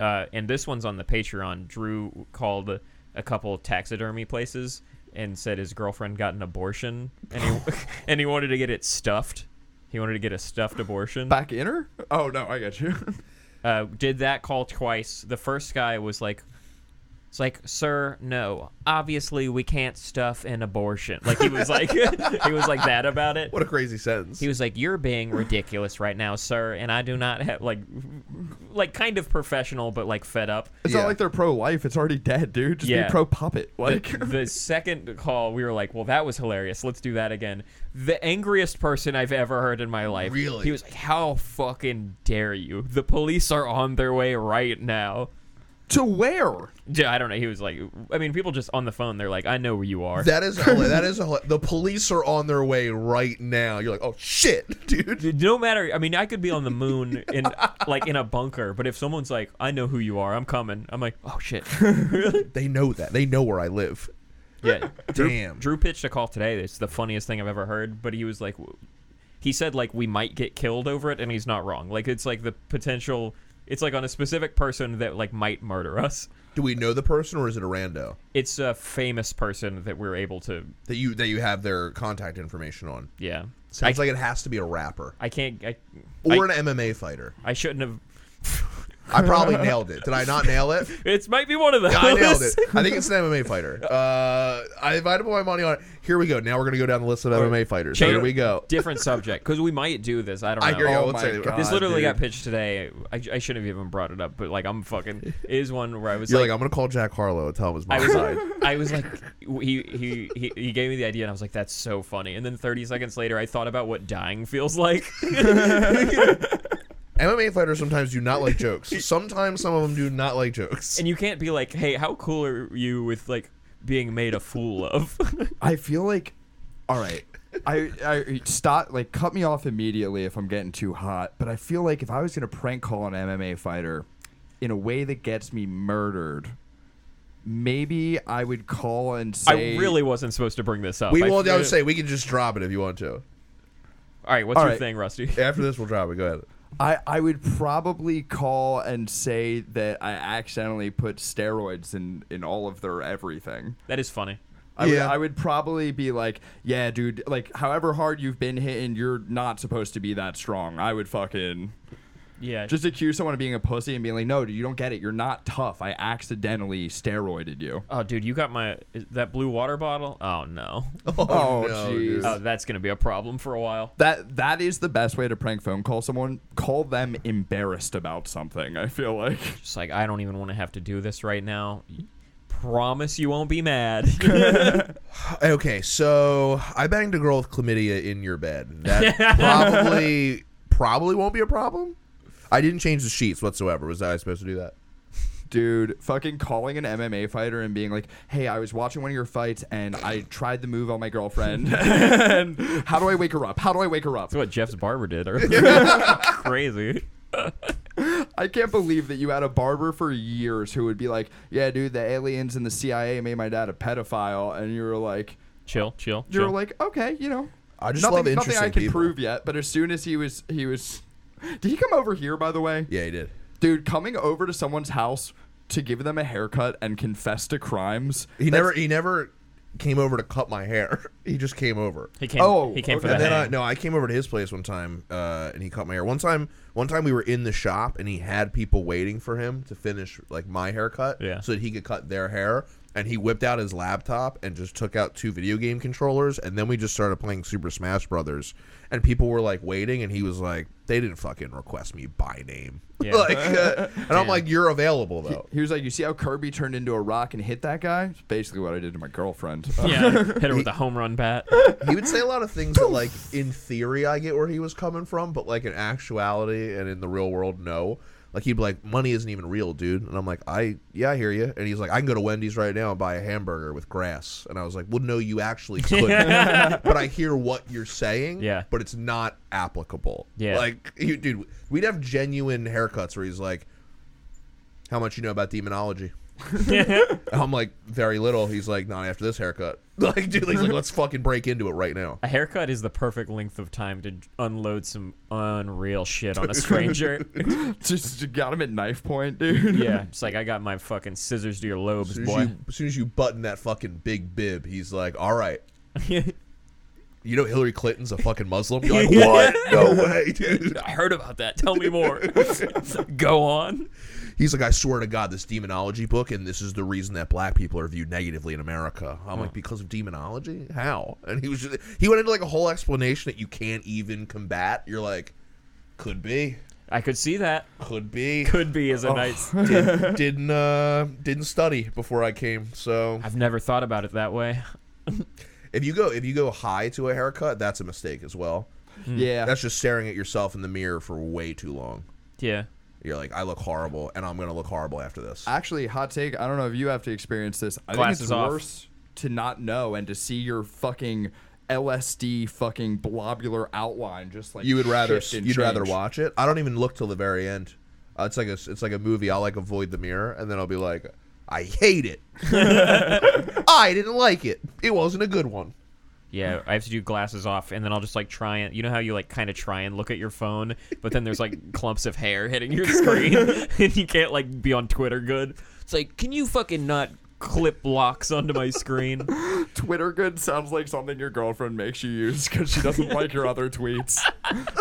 S2: Uh, and this one's on the Patreon. Drew called a couple taxidermy places and said his girlfriend got an abortion and he (laughs) and he wanted to get it stuffed. He wanted to get a stuffed abortion.
S3: Back in her? Oh no, I got you. (laughs)
S2: Uh, did that call twice. The first guy was like, "It's like, sir, no. Obviously, we can't stuff an abortion." Like he was like (laughs) he was like that about it.
S1: What a crazy sentence.
S2: He was like, "You're being ridiculous right now, sir," and I do not have like, like kind of professional, but like fed up.
S3: It's
S1: Yeah.
S3: not like they're pro life. It's already dead, dude. Just
S2: Yeah.
S3: be pro puppet. Like
S2: The, the second call, we were like, "Well, that was hilarious. Let's do that again." The angriest person I've ever heard in my life.
S1: Really?
S2: He was like, "How fucking dare you? The police are on their way right now."
S3: to where?
S2: Yeah, I don't know. He was like, I mean, people just on the phone, they're like, I know where you are.
S1: That is hila- that is hila- the police are on their way right now. You're like, oh shit, (laughs) dude.
S2: no matter, I mean, I could be on the moon in like in a bunker, but if someone's like, I know who you are, I'm coming. I'm like,
S1: (laughs)
S2: oh shit.
S1: They know that. They know where I live.
S2: Yeah.
S1: Damn.
S2: Drew pitched a call today. It's the funniest thing I've ever heard, but he was like, w- he said like we might get killed over it, and he's not wrong. Like it's like the potential. It's like on a specific person that like might murder us.
S1: Do we know the person or is it a rando
S2: It's a famous person that we're able to.
S1: that you that you have their contact information on?
S2: Yeah.
S1: Sounds
S2: I,
S1: like it has to be a rapper
S2: I can't. I,
S1: or an MMA fighter.
S2: I shouldn't have.
S1: I probably nailed it. Did I not nail (laughs) it?
S2: It might be one of those.
S1: Yeah, I nailed
S2: (laughs)
S1: it. I think it's an MMA fighter. Uh, I, if I had to put my money on it, here we go. Now we're gonna go down the list of MMA fighters.
S2: Change-
S1: Here we go.
S2: Different subject because we might do this. I don't know.
S1: I hear you.
S3: Oh
S1: Let's
S3: my
S1: say-
S3: God.
S2: This literally
S3: dude.
S2: got pitched today. I, I shouldn't have even brought it up, but like I'm fucking it is one where I was
S1: You're
S2: like,
S1: like, I'm gonna call Jack Harlow and tell him his
S2: I
S1: mom
S2: was (laughs)
S3: (laughs)
S1: died.
S2: like, I was like, he, he he he gave me the idea, and I was like, that's so funny. And then 30 seconds later, I thought about what dying feels
S3: (laughs)
S2: like.
S1: MMA fighters sometimes do not like jokes. Sometimes some of them do not like jokes.
S2: and you can't be like, hey, how cool are you with like being made a fool of?
S3: I feel like, all right, I, I stop like cut me off immediately if I'm getting too hot. But I feel like if I was gonna prank call an MMA fighter, in a way that gets me murdered, maybe I would call and say,
S2: I really wasn't supposed to bring this up.
S1: We
S2: I
S1: will. I
S2: feel-
S1: would say we can just drop it if you want to.
S2: All right, what's
S3: All
S2: your
S3: right.
S2: thing, Rusty?
S1: After this, we'll drop it. (laughs) Go ahead.
S3: I, I would probably call and say that I accidentally put steroids in in all of their everything.
S2: That is funny.
S3: I,
S1: Yeah.
S3: would, I would probably be like, yeah, dude, like however hard you've been hitting, you're not supposed to be that strong. I would fucking
S2: Yeah.
S3: just accuse someone of being a pussy and being like, no, dude, you don't get it. You're not tough. I accidentally steroided you.
S2: Oh, dude, you got my is- that blue water bottle? Oh no,
S3: Oh,
S1: dude.
S2: oh, that's gonna be a problem for a while.
S3: That that is the best way to prank phone call someone. Call them embarrassed about something. I feel like (laughs)
S2: Just like I don't even want to have to do this right now. Promise you won't be mad.
S3: (laughs)
S1: Okay, so I banged a girl with chlamydia in your bed. That (laughs) probably probably won't be a problem. I didn't change the sheets whatsoever. Was I supposed to do that?
S3: Dude, fucking calling an MMA fighter and being like, "Hey, I was watching one of your fights and I tried the move on my girlfriend. (laughs) and how do I wake her up? How do I wake her up?
S2: that's what Jeff's barber did. earlier. Crazy.
S3: I can't believe that you had a barber for years who would be like, "Yeah, dude, the aliens and the CIA made my dad a pedophile," and you were like,
S2: Chill, chill.
S3: "You're
S2: chill.
S3: like, okay, you know,
S1: I just
S3: nothing,
S1: love
S3: nothing I
S1: interesting
S3: can
S1: people.
S3: prove yet." But as soon as he was, he was, (laughs) did he come over here? By the way,
S1: Yeah, he did.
S3: dude, coming over to someone's house to give them a haircut and confess to crimes.
S1: He never he never came over to cut my hair. (laughs) He just came over.
S2: he came.
S3: Oh,
S2: he came for
S3: okay.
S1: And
S2: the
S1: then I,
S2: hang.
S1: no, I came over to his place one time, uh, and he cut my hair. One time, one time we were in the shop, and he had people waiting for him to finish like my haircut,
S2: Yeah.
S1: so that he could cut their hair. And he whipped out his laptop and just took out two video game controllers, and then we just started playing Super Smash Brothers. And people were like waiting, and he was like, "They didn't fucking request me by name." (laughs)
S2: Yeah.
S1: like, uh, and I'm like, "You're available though."
S3: He was like, "You see how Kirby turned into a rock and hit that guy? It's basically what I did to my girlfriend." (laughs)
S2: yeah, hit her with a home run bat.
S1: he would say a lot of things that
S2: (laughs)
S1: like in theory I get where he was coming from, but like in actuality and in the real world, no. Like he'd be like, "Money isn't even real, dude," and I'm like, "I yeah, I hear you." And he's like, "I can go to Wendy's right now and buy a hamburger with grass," and I was like, "Well, no, you
S2: (laughs)
S1: actually could, but I hear what you're saying,
S2: Yeah.
S1: but it's not applicable."
S2: Yeah.
S1: like you, dude, we'd have genuine haircuts where he's like, how much you know about demonology? I'm like, very little. He's like, not after this haircut. (laughs) Like, dude, he's like, let's fucking break into it right now.
S2: A haircut is the perfect length of time to unload some unreal shit on a stranger.
S3: Just you got him at knife point, dude.
S2: yeah, it's like I got my fucking scissors to your lobes,
S1: As soon as,
S2: boy.
S1: you, as soon as you button that fucking big bib, he's like, all right. You know Hillary Clinton's a fucking Muslim? (laughs) You're like, what? No way, dude.
S2: (laughs) I heard about that. Tell me more. Go on.
S1: He's like, I swear to God, this demonology book, and this is the reason that black people are viewed negatively in America. I'm like, because of demonology? How? And he was just, he went into like a whole explanation that you can't even combat. You're like, could be,
S2: I could see that.
S1: could (laughs) be.
S2: Could be as a nice.
S1: Did, didn't uh, didn't study before I came. So
S2: I've never thought about it that way.
S1: if you go if you go high to a haircut, that's a mistake as well.
S3: (laughs) Yeah.
S1: That's just staring at yourself in the mirror for way too long.
S2: Yeah.
S1: You're like, I look horrible, and I'm gonna look horrible after this.
S3: Actually, hot take. I don't know if you have to experience this. I think
S2: Glasses
S3: it's
S2: off.
S3: worse to not know and to see your fucking LSD fucking blobular outline just like
S1: you would rather
S3: shift
S1: you'd
S3: and
S1: rather
S3: change.
S1: watch it. I don't even look till the very end. Uh, it's like a it's like a movie. I'll like avoid the mirror, and then I'll be like, I hate it. I didn't like it. It wasn't a good one.
S2: Yeah, I have to do glasses off, and then I'll just like try and you know how you like kind of try and look at your phone, but then there's
S3: (laughs)
S2: like clumps of hair hitting your screen, and you can't like be on Twitter good. It's like, can you fucking not clip locks onto my
S3: (laughs)
S2: screen?
S3: Twitter good sounds like something your girlfriend makes you use because she doesn't like your other tweets.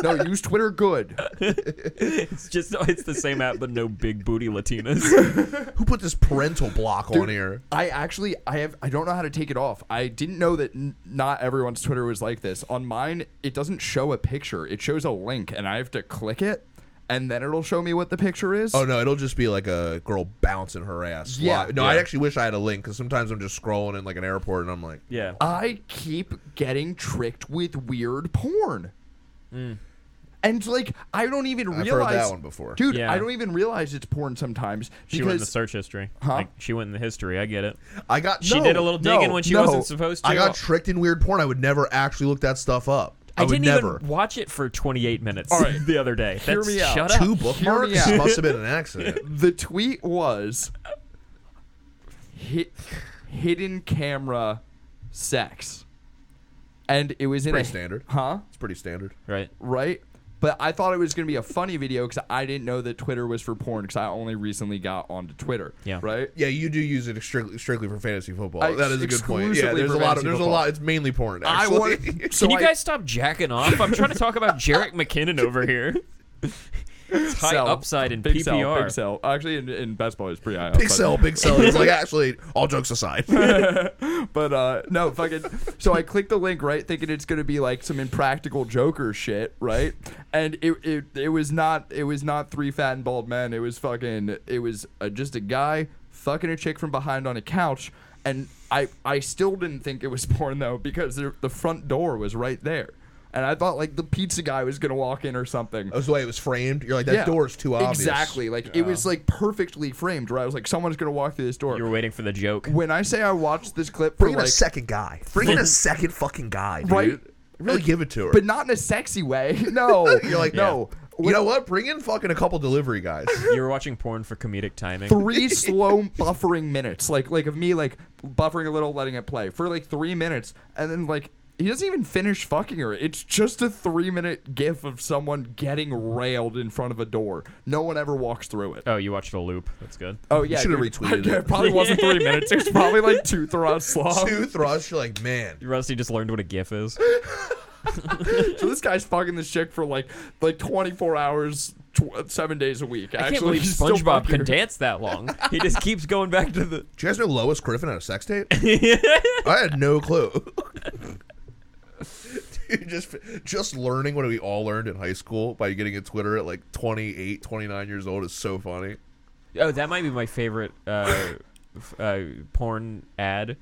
S3: No, use Twitter good.
S2: It's just it's the same app, but no big booty
S3: (laughs)
S2: Latinas.
S1: Who put this parental block on here?
S3: I actually I have I don't know how to take it off. I didn't know that n- not everyone's Twitter was like this. On mine, it doesn't show a picture. It shows a link and I have to click it and then it'll show me what the picture is.
S1: Oh no, it'll just be like a girl bouncing her ass.
S3: Yeah,
S1: Why- No,
S3: yeah.
S1: I actually wish I had a link because sometimes I'm just scrolling in like an airport, and I'm like,
S2: Yeah,
S3: I keep getting tricked with weird porn.
S2: Mm.
S3: And like I don't even
S1: I've heard
S3: realize
S1: that one before.
S3: Dude,
S2: Yeah.
S3: I don't even realize it's porn sometimes
S2: she went in the
S3: because
S2: search history.
S3: Huh?
S2: Like, she went in the history. I get it.
S1: I got
S2: She
S1: no,
S2: did a little digging
S3: no,
S2: when she
S3: no.
S2: wasn't supposed to.
S1: I got tricked in weird porn. I would never actually look that stuff up. I,
S2: I
S1: would
S2: didn't
S1: never.
S2: even watch it for 28 minutes
S3: All right.
S2: (laughs) the other day.
S3: Hear
S2: That's,
S3: me out.
S2: shut
S1: Two
S2: up.
S3: me
S1: bookmarks
S3: out.
S1: must have been
S3: (laughs)
S1: an accident.
S3: the tweet was hit, hidden camera sex. And it was in
S1: Pretty
S3: a
S1: standard.
S3: Huh?
S1: It's pretty standard.
S2: Right.
S3: Right? But I thought it was going to be a funny video cuz I didn't know that Twitter was for porn cuz I only recently got onto Twitter.
S2: Yeah.
S3: Right?
S1: Yeah, you do use it strictly, strictly for fantasy football.
S3: I-
S1: that is a good point. Yeah,
S3: exclusively
S1: there's a
S3: for
S1: lot. Of,
S3: fantasy
S1: there's a
S3: football.
S1: lot. It's mainly porn.
S3: I
S1: Actually. (laughs)
S3: (laughs) want so
S2: Can you
S3: I-
S2: guys stop jacking off? I'm trying to talk about Jarek McKinnon over here. It's high
S3: Sell.
S2: upside in
S3: big
S2: PPR.
S3: Sell, big sell. Actually, in, in best ball, it's pretty high.
S1: big
S3: upside.
S1: sell, big sell. It's like actually, all jokes aside. It's
S3: (laughs) But uh, no, fucking. So I clicked the link, right, thinking it's gonna be like some impractical Joker shit, right? And it it, it was not it was not three fat and bald men. It was fucking. It was uh, just a guy fucking a chick from behind on a couch, and I I still didn't think it was (laughs) porn though because the the front door was right there. And I thought like the pizza guy was gonna walk in or something.
S1: the way it was framed. You're like that
S3: Yeah.
S1: door's too obvious.
S3: Exactly. Like it was like perfectly framed. Where I was like, someone's gonna walk through this door.
S2: You were waiting for the joke.
S3: when I say I watched this clip for
S1: Bring in
S3: like
S1: a second guy. Bring
S3: (laughs)
S1: in a second fucking guy. Dude.
S3: Right.
S1: Really give it to her.
S3: but not in a sexy way. No,
S1: you're like
S3: no.
S1: You know what? Bring in fucking a couple delivery
S3: (laughs)
S1: guys.
S2: You were watching porn for comedic timing.
S3: (laughs) Three slow buffering minutes, like like of me like buffering a little, letting it play for like three minutes, and then like he doesn't even finish fucking her. It's just a three minute gif of someone getting railed in front of a door. No one ever walks through it.
S2: Oh, you watched a loop. That's good.
S3: Oh yeah,
S1: should've
S3: dude. (laughs)
S1: retweeted
S3: Yeah,
S1: it.
S3: probably
S2: (laughs)
S3: wasn't three minutes. It was probably like two thrusts long.
S1: Two thrusts. You're like, man.
S2: Rusty just learned what a GIF is.
S3: So this guy's fucking this chick for like like twenty four hours, tw- seven days a week. Actually,
S2: I can't believe
S3: (laughs) He's still
S2: SpongeBob
S3: fucking
S2: can
S3: her.
S2: dance that long. He just keeps going back to the.
S1: Do you guys know Lois Griffin had a sex
S2: (laughs)
S1: tape? I had no clue. (laughs) Dude, just just learning what we all learned in high school by getting a Twitter at like 28, 29 years old is so funny.
S2: Oh, that might be my favorite uh, f- uh, porn ad.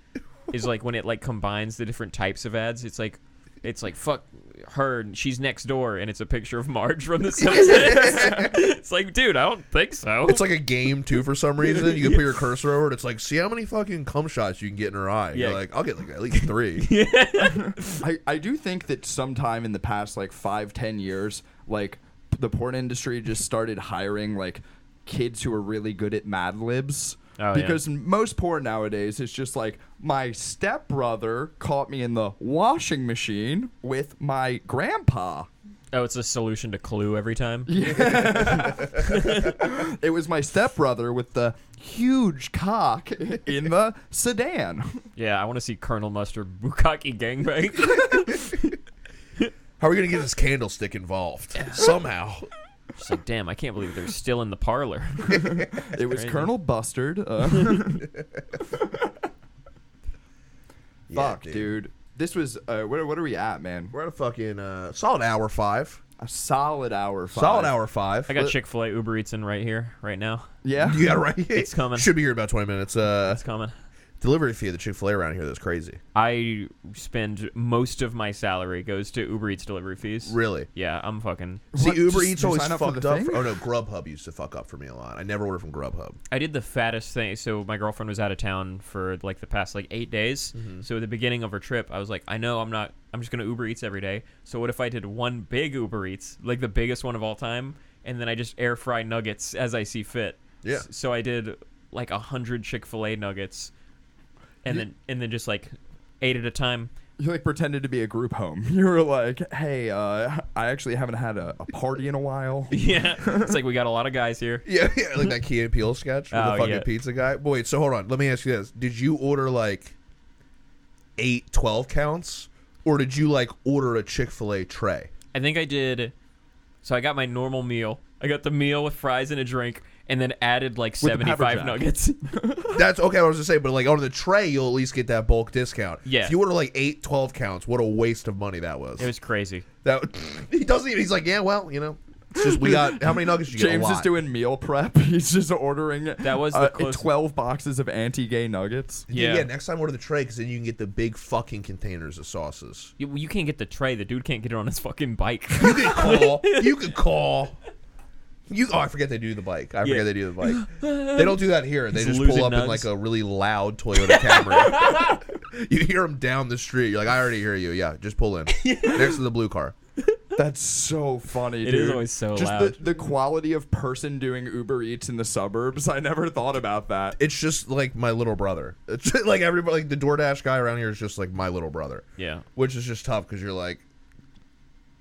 S2: Is like when it like combines the different types of ads. It's like, it's like fuck her. and She's next door, and it's a picture of Marge from The Simpsons. it's like, dude, I don't think so.
S1: It's like a game too for some reason. You can
S2: (laughs)
S1: put your cursor over it. It's like, see how many fucking cum shots you can get in her eye. You're
S2: Yeah.
S1: like, I'll get like at least
S2: (laughs)
S1: three.
S3: I, I do think that sometime in the past like five ten years like the porn industry just started hiring like kids who are really good at Mad Libs.
S2: Oh, yeah.
S3: because most porn nowadays is just like my stepbrother caught me in the washing machine with my grandpa.
S2: Oh, it's a solution to Clue every time.
S3: It was my stepbrother with the
S2: (laughs)
S3: huge cock in the sedan.
S2: Yeah, I want to see Colonel Mustard Bukaki gangbang.
S1: How are we gonna get this candlestick involved somehow?
S2: It's like, damn, I can't believe they're still in the parlor.
S3: It was
S2: Crazy.
S3: Colonel
S2: (laughs)
S3: Bustard. Uh, (laughs)
S1: Yeah,
S3: fuck, dude. This was uh, what? What are we at, man?
S1: We're at a fucking uh, solid hour five.
S3: A solid hour. Five.
S1: Solid hour five.
S2: I got
S1: (laughs)
S2: Chick Fil A Uber Eats in right here, right now.
S3: Yeah.
S1: You got it right. It's
S2: coming.
S1: Should be here in about twenty minutes. Uh,
S2: It's coming.
S1: delivery fee at the Chick Fil A around here. That's crazy.
S2: I spend most of my salary goes to Uber Eats delivery fees.
S1: Really.
S2: Yeah, I'm fucking.
S1: See,
S3: What?
S1: Uber
S3: Just-
S1: Eats
S3: you
S1: always
S3: sign up for
S1: fucked
S3: the
S1: up.
S3: thing?
S1: For, oh no, Grubhub used to fuck up for me a lot. I never order from
S3: (laughs)
S1: Grubhub.
S2: I did the fattest thing. So my girlfriend was out of town for like the past like eight days. So at the beginning of her trip, I was like, I know I'm not. I'm just gonna Uber Eats every day. So what if I did one big Uber Eats, like the biggest one of all time, and then I just air fry nuggets as I see fit.
S1: Yeah.
S2: S- So I did like a hundred Chick Fil A nuggets, and then and then just like eight at a time. (laughs)
S3: You (laughs) like pretended to be a group home. (laughs) You were like, "Hey, uh, I actually haven't had a, a party in
S2: (laughs)
S3: a while."
S2: Yeah. it's like we got a lot of guys here.
S1: Yeah, yeah, like that Key and Peele sketch with
S2: Oh,
S1: the fucking
S2: yeah.
S1: pizza guy. Boy, wait, so hold on. Let me ask you this: Did you order like eight 12 counts, or did you like order a Chick Fil A
S3: (laughs)
S1: tray?
S2: I think I did. So I got my normal meal. I got the meal with fries and a drink, and then added like
S3: the
S2: seventy-five
S3: pepper jack. (laughs)
S2: nuggets.
S1: That's okay. I was gonna say, but like on the tray, you'll at least get that bulk discount.
S2: Yeah.
S1: If you order like eight 12 counts, what a waste of money that was.
S2: It was crazy.
S1: that (laughs) he doesn't. even He's like, yeah, well, you know, it's just we got how many nuggets? Did you
S3: James
S1: get? A
S3: is
S1: lot.
S3: doing meal prep. (laughs) He's just ordering
S2: That was the
S3: uh,
S2: close-
S3: twelve boxes of anti-gay nuggets.
S1: Yeah.
S2: Yeah.
S1: next time order the tray because then you can get the big fucking containers of sauces.
S2: You, you can't get the tray. The dude can't get it on his fucking
S3: (laughs)
S2: bike.
S1: You
S2: (laughs)
S1: could call. you could call. You oh, I forget they do the bike. I
S2: Yeah.
S1: forget they do the bike. They don't do that here. They just
S2: Just
S1: pull
S2: losing
S1: up in
S2: nugs.
S1: like a really loud Toyota Camry. (laughs) you hear them down the street. You're like, I already hear you. Yeah, just
S2: (laughs)
S1: pull in next to the blue car.
S3: That's so funny.
S2: It
S3: dude.
S2: is always so
S3: just
S2: loud.
S3: the the quality of person doing Uber Eats in the suburbs. I never thought about that.
S1: It's just like my little brother. It's (laughs) just like everybody, like the DoorDash guy around here is just like my little brother.
S2: yeah.
S1: which is just tough because you're like,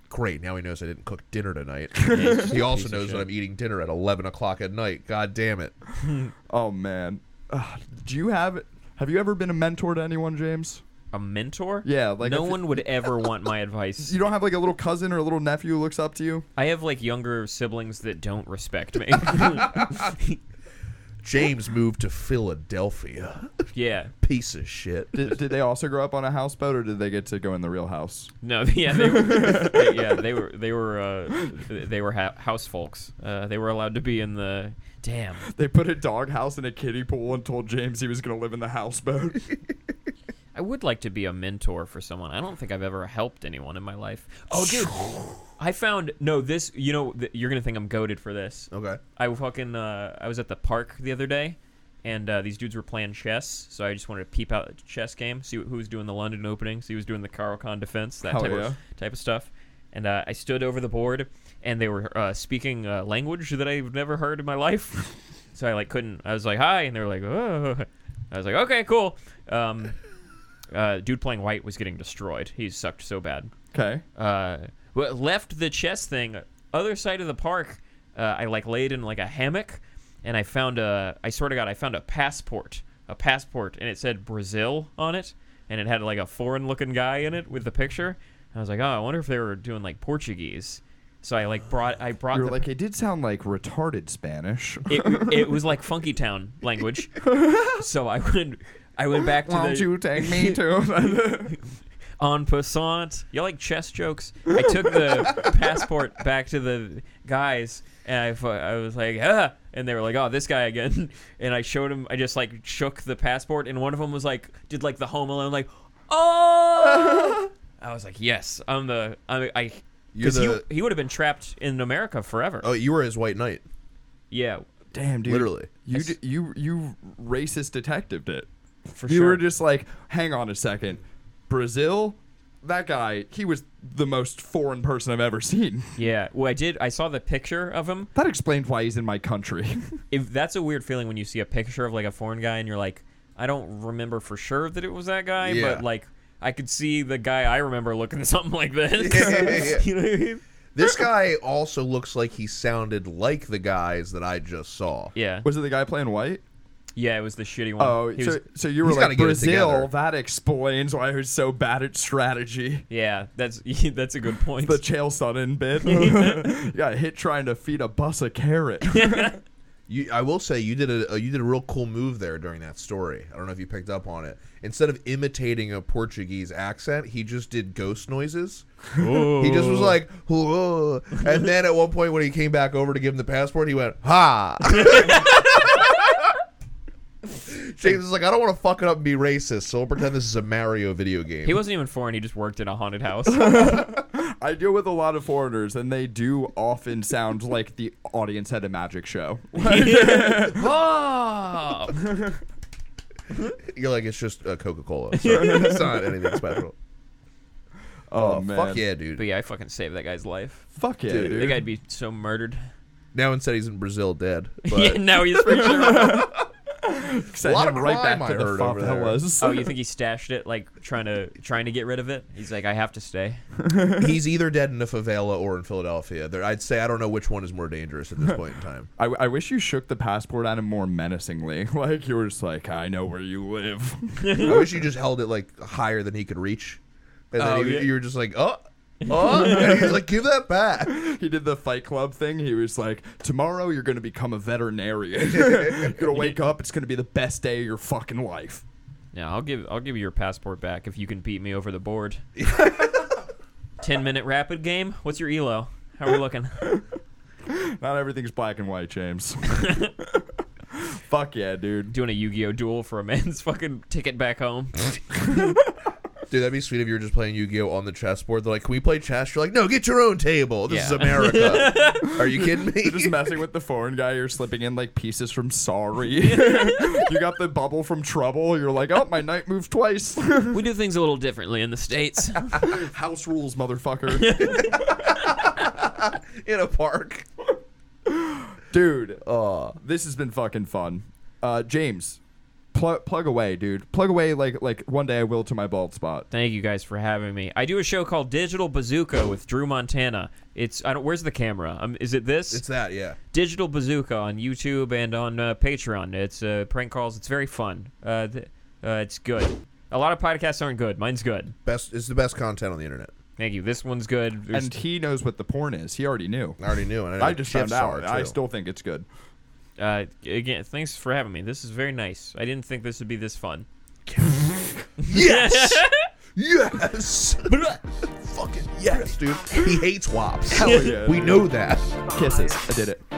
S1: great, now he knows I didn't cook dinner
S2: (laughs)
S1: tonight.
S2: he's
S1: he also
S2: of
S1: knows that
S2: shit.
S1: I'm eating dinner at 11 o'clock at night. God damn
S2: (laughs)
S1: it.
S3: Oh man, Ugh, do you have? Have you ever been a mentor to anyone, James?
S2: A mentor?
S3: Yeah, like
S2: no
S3: if-
S2: one would ever want my
S3: (laughs)
S2: advice.
S3: You don't have like a little cousin or a little nephew who looks up to you.
S2: I have like younger siblings that don't respect
S3: (laughs)
S2: me. (laughs)
S1: James moved to Philadelphia.
S2: yeah.
S1: Piece of shit.
S3: Did, (laughs) did they also grow up on a houseboat, or did they get to go in the real house?
S2: No. (laughs) Yeah. They
S3: (laughs)
S2: were, they- yeah. They were. They were. Uh, they were ha- house folks. Uh, they were allowed to be in the. Damn.
S3: They put a dog house in a kiddie pool and told James he was going to live in the houseboat.
S2: I would like to be a mentor for someone. I don't think I've ever helped anyone in my life. Oh, dude. I found no. This. You know. Th- you're gonna think I'm goaded for this.
S1: Okay.
S2: I fucking uh, I was at the park the other day, and uh, these dudes were playing chess. So I just wanted to peep out the chess game, see who was doing the London opening, see who was doing the Carl Con defense, that
S3: Hell
S2: type
S3: yeah.
S2: of type of stuff. And uh, I stood over the board, and they were uh, speaking uh, language that I've never heard in my life. (laughs) so I like couldn't. I was like hi, and they were like oh. I was like okay, cool. Um, uh, dude playing white was getting destroyed. He sucked so bad
S3: (laughs) Okay.
S2: uh, well, left the chess thing other side of the park. Uh, I like laid in like a hammock, and I found a. I swear to God, I found a passport, a passport, and it said Brazil on it, and it had like a foreign-looking guy in it with the picture. And I was like, oh, I wonder if they were doing like Portuguese. So I like brought I brought
S3: You were
S2: the-
S3: like, it did sound like retarded Spanish.
S2: (laughs) it, it was like Funky Town
S3: (laughs)
S2: language. so I went I went back to
S3: Won't
S2: the
S3: you take (laughs) me to?
S2: en passant. You like chess jokes?
S1: (laughs)
S2: I took the passport back to the guys, and I, fu- I was like, ah, and they were like, oh, this guy again. (laughs) And I showed him, I just like shook the passport, and one of them was like, did like the Home Alone, like,
S1: (laughs)
S2: oh. I was like, yes, I'm the, I'm, I,
S1: You're
S2: because he,
S1: the-
S2: he would have been trapped in America forever.
S1: Oh, you were his white knight.
S2: Yeah,
S3: Damn, dude.
S1: Literally.
S3: You,
S2: Yes.
S3: d- you, you racist detectived it.
S2: for
S3: you
S2: sure.
S3: were just like, hang on a second. Brazil, that guy, he was the most foreign person I've ever seen. (laughs)
S2: Yeah. Well, I did. I saw the picture of him.
S3: That explained why he's in my country. (laughs)
S2: If that's a weird feeling when you see a picture of like a foreign guy and you're like, I don't remember for sure that it was that guy,
S1: Yeah.
S2: but like I could see the guy I remember looking (laughs)
S1: (laughs)
S2: something like this. (laughs)
S1: Yeah.
S2: you know what I mean? (laughs)
S1: This guy also looks like he sounded like the guys that I just saw.
S2: Yeah.
S3: was it the guy playing white?
S2: Yeah. It was the shitty one.
S3: Oh,
S2: He
S3: so,
S2: was-
S3: so you were
S1: He's gotta
S3: like
S1: get it
S3: Brazil.
S1: together."
S3: That explains why he's so bad at (laughs) strategy.
S2: yeah. That's (laughs) that's a good
S1: (laughs)
S2: point.
S3: The Chael Sonnen (laughs) bit. you got hit trying to feed a bus a carrot.
S1: You, I will say you did a you did a real cool move there during that story. I don't know if you picked up on it. Instead of imitating a Portuguese accent, he just did ghost
S2: (laughs)
S1: noises. He just was like, "Whoa." and then at one point when he came back over to give him the passport, he went, "Ha."
S2: (laughs)
S1: James is like, "I don't want to fuck it up and be racist, so we'll pretend this is a Mario video game."
S2: (laughs) He wasn't even foreign. He just worked in a haunted
S1: (laughs)
S2: house. (laughs)
S3: I deal with a lot of foreigners, and they do often sound like the audience at a magic show.
S2: oh!
S1: You're like, "It's just uh, Coca-Cola.
S2: (laughs)
S1: It's not- it's not anything special."
S3: Oh,
S1: Oh,
S3: man.
S1: fuck yeah, dude.
S2: But yeah, I fucking saved that guy's life.
S3: Fuck yeah,
S1: Dude.
S3: dude.
S2: I think I'd be so murdered.
S1: Now instead he's in Brazil dead. (laughs) But
S2: (laughs) yeah,
S1: (laughs)
S2: now he's for sure.
S3: Send
S1: lot
S3: him
S1: of
S3: right
S1: crime
S3: back
S1: I
S3: to the
S1: heard over there.
S3: favelas.
S2: (laughs) oh, you think he stashed it, like trying to trying to get rid of it? He's like, I have to stay. (laughs)
S1: he's either dead in a favela or in Philadelphia. There, I'd say I don't know which one is more dangerous at this point in time.
S3: I, I wish you shook the passport at him more menacingly. (laughs) Like you were just like, I know where you live. (laughs)
S1: I wish you just held it like higher than he could reach, and then
S2: Oh,
S1: you-
S2: yeah.
S1: you were just like, oh, oh, and he's like, give that back.
S3: he did the Fight Club thing. He was like, Tomorrow you're gonna become a veterinarian. (laughs) you're gonna wake up. It's gonna be the best day of your fucking life.
S2: Yeah, I'll give I'll give you your passport back if you can beat me over the board. Ten minute rapid game. What's your elo? How are we looking?
S3: Not everything's black and white, James. (laughs) Fuck yeah, dude.
S2: Doing a Yu-Gi-Oh duel for a man's (laughs) fucking ticket back home.
S1: Dude, that'd be sweet if you were just playing Yu-Gi-Oh on the chessboard. They're like, can we play chess? You're like, no, get your own table. This is
S2: Yeah.
S1: America.
S3: (laughs)
S1: Are you kidding me?
S3: You're just messing with the foreign guy. You're slipping in like pieces from Sorry. (laughs) you got the bubble from Trouble. You're like, oh, my knight moved twice. (laughs)
S2: we do things a little differently in the states.
S3: House rules, motherfucker.
S1: (laughs) in a park.
S3: dude, uh,
S1: Oh,
S3: this has been fucking fun. Uh, James, pl- plug away, dude. Plug away like like one day I will to my bald spot.
S2: Thank you guys for having me. I do a show called Digital Bazooka with Drew Montana. It's I don't. Where's the camera? Um, is it this?
S1: it's that, yeah.
S2: Digital Bazooka on YouTube and on uh, Patreon. It's uh, prank calls. It's very fun. Uh, th- uh, it's good. A lot of podcasts aren't good. Mine's good.
S1: Best. It's the best content on the internet.
S2: Thank you. This one's good. There's-
S3: And he knows what the porn is. He already knew.
S1: I already knew, and I, know
S3: I just
S1: chicks
S3: found out.
S1: are,
S3: I
S1: too.
S3: still think it's good.
S2: uh, again, thanks for having me. This is very nice. I didn't think this would be this fun. (laughs)
S1: Yes. yes. Fucking yes, dude. He hates wops.
S3: Hell yeah,
S1: we (laughs)
S3: dude.
S1: know that.
S3: Kisses. I did it.